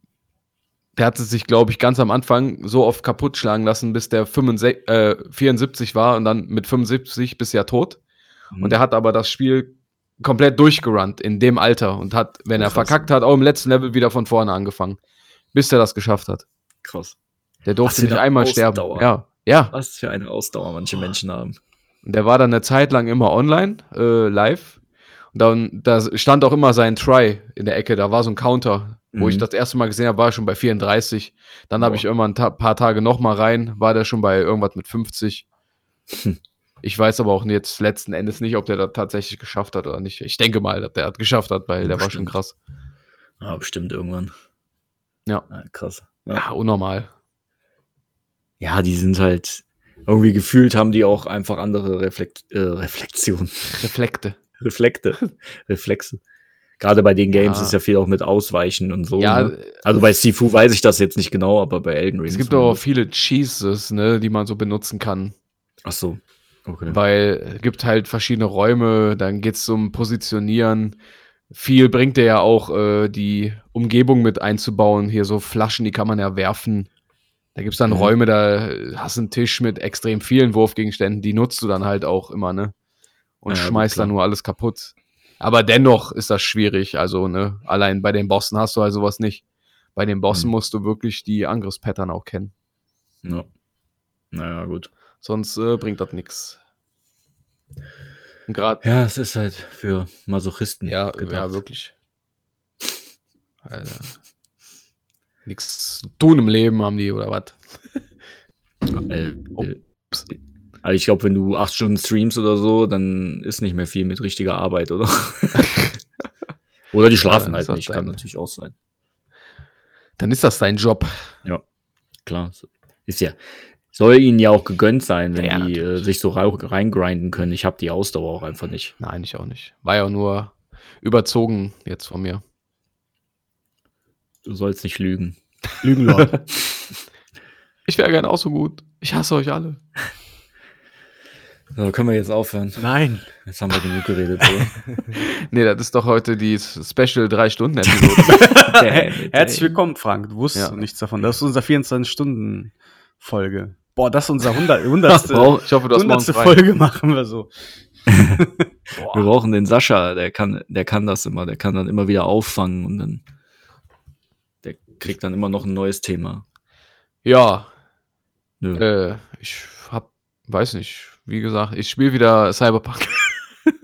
S4: Der hatte sich, glaube ich, ganz am Anfang so oft kaputt schlagen lassen, bis der 65, äh, 74 war und dann mit 75 bis ja tot. Und der hat aber das Spiel komplett durchgerannt in dem Alter und hat, wenn er
S1: Krass.
S4: verkackt hat, auch im letzten Level wieder von vorne angefangen, bis er das geschafft hat.
S1: krass.
S4: Der
S1: Ach,
S4: durfte
S1: so
S4: nicht
S1: eine
S4: einmal
S1: Ausdauer.
S4: sterben. Ja, ja.
S1: Was für eine Ausdauer manche Menschen haben.
S4: Und Der war dann eine Zeit lang immer online, äh, live. Und dann, da stand auch immer sein Try in der Ecke. Da war so ein Counter, wo
S1: Mhm.
S4: ich das erste Mal gesehen habe, war er schon bei 34. Dann habe
S1: Boah.
S4: ich irgendwann ein ta paar Tage nochmal rein, war der schon bei irgendwas mit 50.
S1: Hm.
S4: Ich weiß aber auch jetzt letzten Endes nicht, ob der das tatsächlich geschafft hat oder nicht. Ich denke mal, dass der das geschafft hat, weil der war schon
S1: Bestimmt.
S4: krass.
S1: Ah, bestimmt irgendwann.
S4: Ja.
S1: Ah, krass.
S4: Ja, unnormal.
S1: Ja, die sind halt irgendwie gefühlt haben die auch einfach andere Reflekt äh, Reflexionen.
S4: Reflekte.
S1: Reflekte. Reflexe. Gerade bei den Games
S4: Ja.
S1: ist ja viel auch mit Ausweichen und so.
S4: ja, äh,
S1: ne? Also bei Sifu weiß ich das jetzt nicht genau, aber bei Elden Ring.
S4: es gibt
S1: ist
S4: auch
S1: man-
S4: viele Cheeses, ne, die man so benutzen kann.
S1: Ach so. Okay.
S4: weil es gibt halt verschiedene Räume, dann geht es um Positionieren. Viel bringt dir ja auch, äh, die Umgebung mit einzubauen. Hier so Flaschen, die kann man ja werfen. Da gibt es dann
S1: Mhm.
S4: Räume, da äh, hast du einen Tisch mit extrem vielen Wurfgegenständen, die nutzt du dann halt auch immer, ne? Und
S1: Ja, gut,
S4: schmeißt dann
S1: klar.
S4: nur alles kaputt. Aber dennoch ist das schwierig. Also, ne, allein bei den Bossen hast du halt sowas nicht. Bei den Bossen
S1: Mhm.
S4: musst du wirklich die Angriffspattern auch kennen.
S1: Ja. Naja, gut.
S4: Sonst äh, bringt das nichts. Gerade
S1: Ja, es ist halt für Masochisten.
S4: Ja,
S1: gedacht.
S4: ja wirklich. Alter. Nichts zu tun im Leben haben die oder was?
S1: Äh,
S4: Oh.
S1: äh, also ich glaube, wenn du acht Stunden streamst oder so, dann ist nicht mehr viel mit richtiger Arbeit, oder? oder die schlafen
S4: Ja,
S1: halt
S4: das
S1: nicht,
S4: hat
S1: kann
S4: deine-
S1: natürlich auch sein.
S4: Dann ist das dein Job.
S1: Klar, so- ist ja. Soll ihnen ja auch gegönnt sein, wenn
S4: Ja,
S1: die äh, sich so rau- reingrinden können. Ich habe die Ausdauer auch einfach nicht.
S4: Nein, ich auch nicht. War ja nur überzogen jetzt von mir.
S1: Du sollst nicht lügen.
S5: Lügenlord.
S4: Ich wäre gerne auch so gut. Ich hasse euch alle.
S1: So, können wir jetzt aufhören.
S5: Nein.
S1: Jetzt haben wir genug geredet. Oder?
S4: Nee, das ist doch heute die Special 3-Stunden-Episode.
S5: Her- Herzlich willkommen, Frank. Du wusstest
S4: Ja.
S5: nichts davon. Das ist unsere 24-Stunden-Folge. Boah, das ist unsere 100. 100.
S4: ich hoffe, du hast morgen
S5: 100.
S4: frei.
S5: Folge machen wir so.
S1: Wir brauchen den Sascha, der kann, der kann das immer, der kann dann immer wieder auffangen und dann der kriegt dann immer noch ein neues Thema.
S4: Ja,
S1: Nö.
S4: äh, ich hab, weiß nicht, wie gesagt, ich spiele wieder Cyberpunk.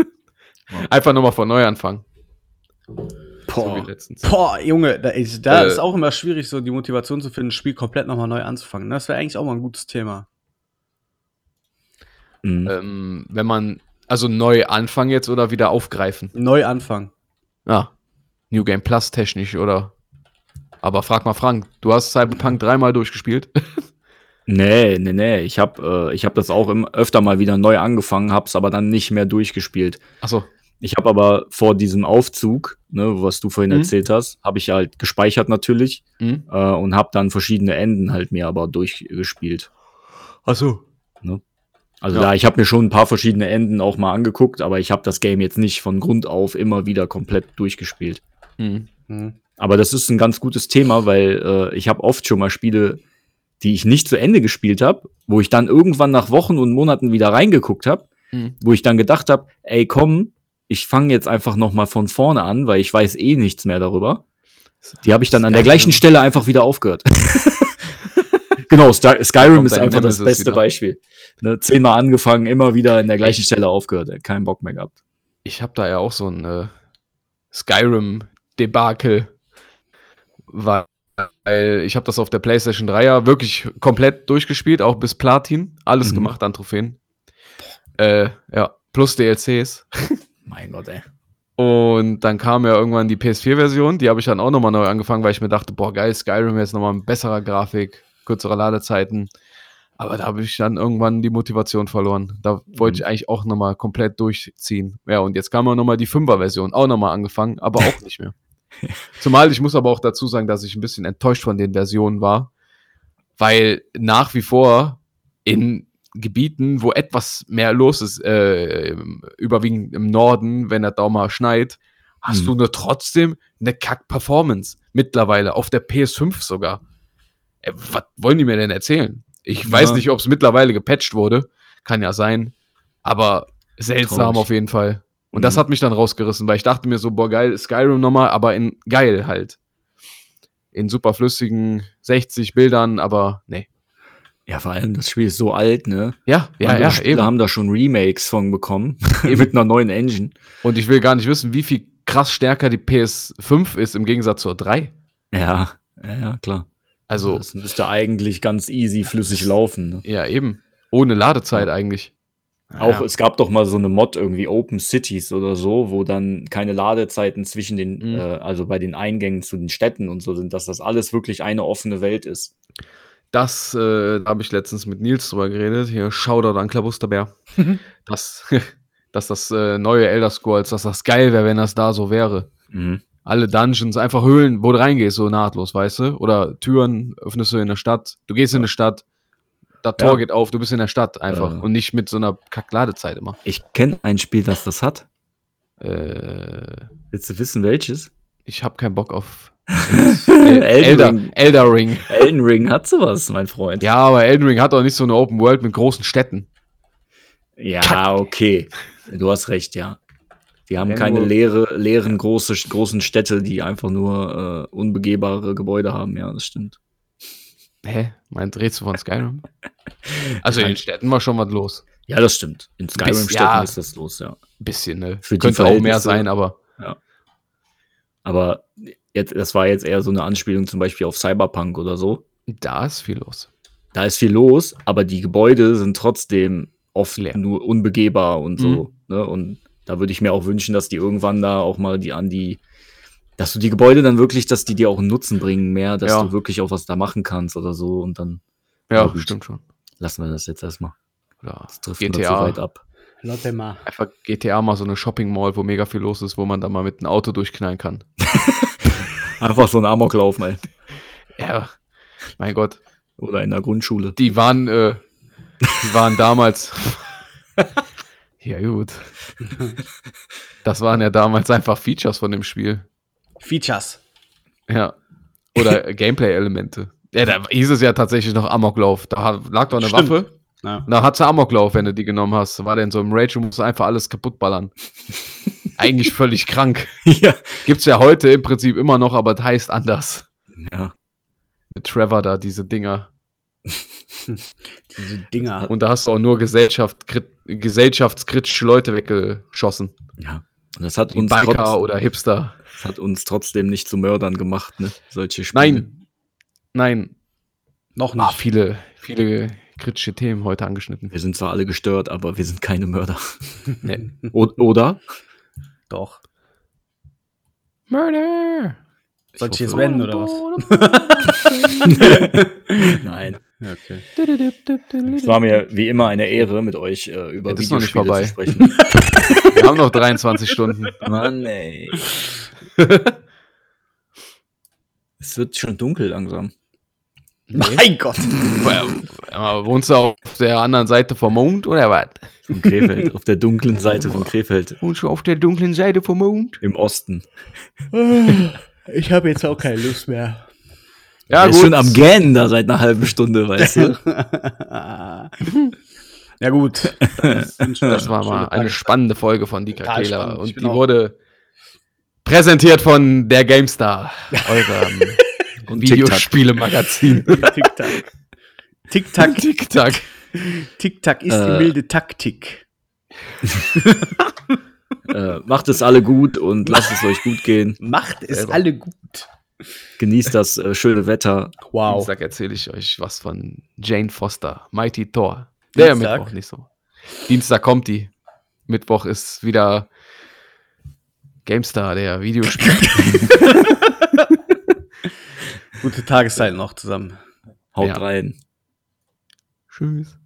S4: Einfach nochmal von neu anfangen. So wie
S5: Boah.
S4: letztens.
S5: Boah, Junge, da, ist, da
S4: Äh.
S5: ist auch immer schwierig, so die Motivation zu finden, ein Spiel komplett nochmal neu anzufangen. Das wäre eigentlich auch mal ein gutes Thema.
S1: Mhm.
S4: Ähm, wenn man, also neu anfangen jetzt oder wieder aufgreifen.
S5: Neu anfangen.
S4: Ja, New Game Plus technisch oder. Aber frag mal Frank, du hast Cyberpunk dreimal durchgespielt.
S1: Nee, nee, nee. Ich habe äh, ich hab das auch im, öfter mal wieder neu angefangen, hab's aber dann nicht mehr durchgespielt.
S4: Achso,
S1: Ich habe aber vor diesem Aufzug, ne, was du vorhin
S4: Mhm.
S1: erzählt hast, habe ich halt gespeichert natürlich
S4: hm?
S1: äh, und habe dann verschiedene Enden halt mir aber durchgespielt.
S4: Achso.
S1: Also
S4: Ja.
S1: da, ich habe mir schon ein paar verschiedene Enden auch mal angeguckt, aber ich habe das Game jetzt nicht von Grund auf immer wieder komplett durchgespielt. Mhm.
S4: Hm.
S5: Hm.
S1: Aber das ist ein ganz gutes Thema, weil äh, ich habe oft schon mal Spiele, die ich nicht zu Ende gespielt habe, wo ich dann irgendwann nach Wochen und Monaten wieder reingeguckt habe,
S4: Hm.
S1: wo ich dann gedacht habe, ey, komm, ich fange jetzt einfach noch mal von vorne an, weil ich weiß eh nichts mehr darüber. Die habe ich dann an der
S4: Skyrim.
S1: gleichen Stelle einfach wieder aufgehört. genau, Sky Skyrim
S4: kommt
S1: ist
S4: dein
S1: einfach das
S4: Nemesis
S1: beste
S4: wieder.
S1: Beispiel. Ne, zehnmal angefangen, immer wieder an der gleichen Stelle aufgehört. Keinen Bock mehr gehabt.
S4: ich habe da ja auch so ein äh, Skyrim-Debakel, weil ich habe das auf der PlayStation 3 ja wirklich komplett durchgespielt, auch bis Platin, alles
S1: Mhm.
S4: gemacht an Trophäen. Äh, ja, plus DLCs.
S1: Mein Gott, ey.
S4: Und dann kam ja irgendwann die PS4-Version, die habe ich dann auch nochmal neu angefangen, weil ich mir dachte, boah, geil, Skyrim jetzt nochmal mit besserer Grafik, kürzere Ladezeiten. Aber da habe ich dann irgendwann die Motivation verloren. Da wollte ich eigentlich auch nochmal komplett durchziehen. Ja, und jetzt kam auch nochmal die 5er-Version, auch nochmal angefangen, aber auch nicht mehr. Zumal ich muss aber auch dazu sagen, dass ich ein bisschen enttäuscht von den Versionen war, weil nach wie vor in Gebieten, wo etwas mehr los ist, äh, im- überwiegend im Norden, wenn das da mal schneit, hast
S1: Mhm.
S4: du nur trotzdem eine Kack-Performance mittlerweile, auf der PS5 sogar. Äh, was wollen die mir denn erzählen? Ich
S1: Ja.
S4: weiß nicht, ob es mittlerweile gepatcht wurde, kann ja sein, aber seltsam
S1: Traurig.
S4: auf jeden Fall. Und
S1: Mhm.
S4: das hat mich dann rausgerissen, weil ich dachte mir so, boah, geil, Skyrim nochmal, aber in geil halt. In superflüssigen 60 Bildern, aber nee.
S1: Ja, vor allem, das Spiel ist so alt, ne?
S4: Ja, ja,
S1: Andere
S4: ja,
S1: Spiele
S4: eben.
S1: haben da schon Remakes von bekommen.
S4: Eben.
S1: mit einer neuen Engine.
S4: Und ich will gar nicht wissen, wie viel krass stärker die PS5 ist im Gegensatz zur 3.
S1: Ja, ja, ja, klar.
S4: Also,
S1: Das müsste eigentlich ganz easy flüssig laufen. Ne?
S4: ja, eben. Ohne Ladezeit eigentlich.
S1: Auch
S4: ja.
S1: es gab doch mal so eine Mod irgendwie Open Cities oder so, wo dann keine Ladezeiten zwischen den,
S4: Mhm.
S1: äh, also bei den Eingängen zu den Städten und so sind, dass das alles wirklich eine offene Welt ist.
S4: Das äh, da habe ich letztens mit Nils drüber geredet. Hier, Shoutout an Klabusterbär.
S1: Mhm.
S4: dass, dass das äh, neue Elder Scrolls, dass das geil wäre, wenn das da so wäre.
S1: Mhm.
S4: alle Dungeons, einfach Höhlen, wo du reingehst, so nahtlos, weißt du? Oder Türen öffnest du in der Stadt. Du gehst in eine Stadt, das Tor
S1: Ja.
S4: geht auf, du bist in der Stadt einfach.
S1: Ja.
S4: Und nicht mit so einer Kackladezeit immer.
S1: Ich kenne ein Spiel, das das hat.
S4: Äh,
S1: Willst du wissen, welches?
S4: ich habe keinen Bock auf
S1: Elden
S4: El Elder,
S1: Ring.
S4: Elder Ring.
S1: Elden Ring hat sowas, mein Freund.
S4: Ja, aber Elden Ring hat doch nicht so eine Open World mit großen Städten.
S1: Ja, okay. Du hast recht, ja. Die haben
S4: Ja,
S1: keine
S4: nur-
S1: leere, leeren große, großen Städte, die einfach nur äh, unbegehbare Gebäude haben. Ja, das stimmt.
S4: Hä? Meinst redest du von Skyrim? Also in den Städten war schon was los.
S1: Ja, das stimmt. In Skyrim-Städten
S4: ja.
S1: ist das los, ja.
S4: Bisschen, ne?
S1: Für die
S4: Könnte auch mehr
S1: Verhältnisse.
S4: sein, aber
S1: Aber jetzt, das war jetzt eher so eine Anspielung zum Beispiel auf Cyberpunk oder so.
S4: Da ist viel los.
S1: Da ist viel los, aber die Gebäude sind trotzdem oft
S4: Leer. Mhm.
S1: nur unbegehbar und so. Ne? Und da würde ich mir auch wünschen, dass die irgendwann da auch mal die an die, dass du die Gebäude dann wirklich, dass die dir auch einen Nutzen bringen mehr, dass
S4: Ja.
S1: du wirklich auch was da machen kannst oder so. Und dann
S4: Ja,
S1: Ja, gut.
S4: stimmt schon.
S1: lassen wir das jetzt erstmal.
S4: Oder
S1: Das trifft mir zu weit
S4: GTA.
S1: ab.
S5: Lotte mal.
S4: Einfach GTA mal so eine Shopping Mall, wo mega viel los ist, wo man da mal mit einem Auto durchknallen kann.
S1: Einfach so ein Amoklauf, ey.
S4: Ja, mein Gott.
S1: Oder in der Grundschule.
S4: Die waren, äh, die waren damals. ja, gut. Das waren ja damals einfach Features von dem Spiel.
S5: Features.
S4: Ja. Oder Gameplay-Elemente. Ja, da hieß es ja tatsächlich noch Amoklauf. Da lag doch eine
S5: Stimmt.
S4: Waffe.
S5: Ja.
S4: Da hat's Amoklauf, wenn du die genommen hast. War denn so im Rage und musst einfach alles kaputtballern. Eigentlich völlig krank.
S1: ja.
S4: Gibt's ja heute im Prinzip immer noch, aber das heißt anders.
S1: Ja.
S4: Mit Trevor da, diese Dinger.
S5: Diese Dinger.
S4: Und da hast du auch nur Gesellschaft, krit- gesellschaftskritische Leute weggeschossen.
S1: ja. Und das hat
S4: Die
S1: uns,
S4: Biker
S1: trotz-
S4: oder Hipster.
S1: das hat uns trotzdem nicht zu Mördern gemacht, ne? Solche Spiele.
S4: Nein. Nein.
S5: Noch
S1: Hm.
S4: Ah,
S5: nicht.
S4: viele, viele kritische Themen heute angeschnitten.
S1: Wir sind zwar alle gestört, aber wir sind keine Mörder.
S4: Nee.
S1: O oder?
S5: Doch.
S4: Murder!
S5: Soll ich
S1: Ich
S5: jetzt
S1: hoffe-
S5: wenden oder was?
S1: Nein.
S5: Okay.
S1: Es war mir wie immer eine Ehre, mit euch äh, über
S4: Ja, das ist noch nicht
S1: Videospiele
S4: vorbei.
S1: zu sprechen.
S4: Wir haben noch 23 Stunden.
S1: Mann, ey. es wird schon dunkel langsam.
S5: Mein Gott.
S4: Aber wohnst du auf der anderen Seite vom Mond oder was?
S1: Von Krefeld, auf der dunklen Seite von Krefeld,
S4: Wohnst du auf der dunklen Seite vom Mond?
S1: im Osten.
S5: Ich habe jetzt auch keine Lust mehr.
S4: Ja,
S1: Er ist
S4: gut.
S1: schon am Gähnen da seit einer halben Stunde, weißt du?
S5: ja gut. Das,
S4: Das war mal eine spannende Folge von Die
S5: Total
S4: Kakela.
S5: spannend,
S4: Und die
S5: genau.
S4: wurde präsentiert von der GameStar, eurem
S1: Und
S4: Videospielemagazin.
S5: Tick-Tack. Tick-Tack.
S4: Tic-Tac.
S5: Tick-Tack ist
S1: Äh.
S5: die milde Taktik.
S1: Äh, macht es alle gut und lasst es euch gut gehen.
S5: Macht es
S1: Selber.
S5: alle gut.
S1: Genießt das äh, schöne Wetter.
S5: Wow.
S4: Dienstag erzähle ich euch was von Jane Foster, Mighty Thor. Der
S5: Dienstag?
S4: Mittwoch nicht so. Dienstag kommt die. Mittwoch ist wieder GameStar, der Videospiel.
S5: Gute Tageszeit noch zusammen.
S1: Haut
S4: Ja.
S1: rein.
S4: Tschüss.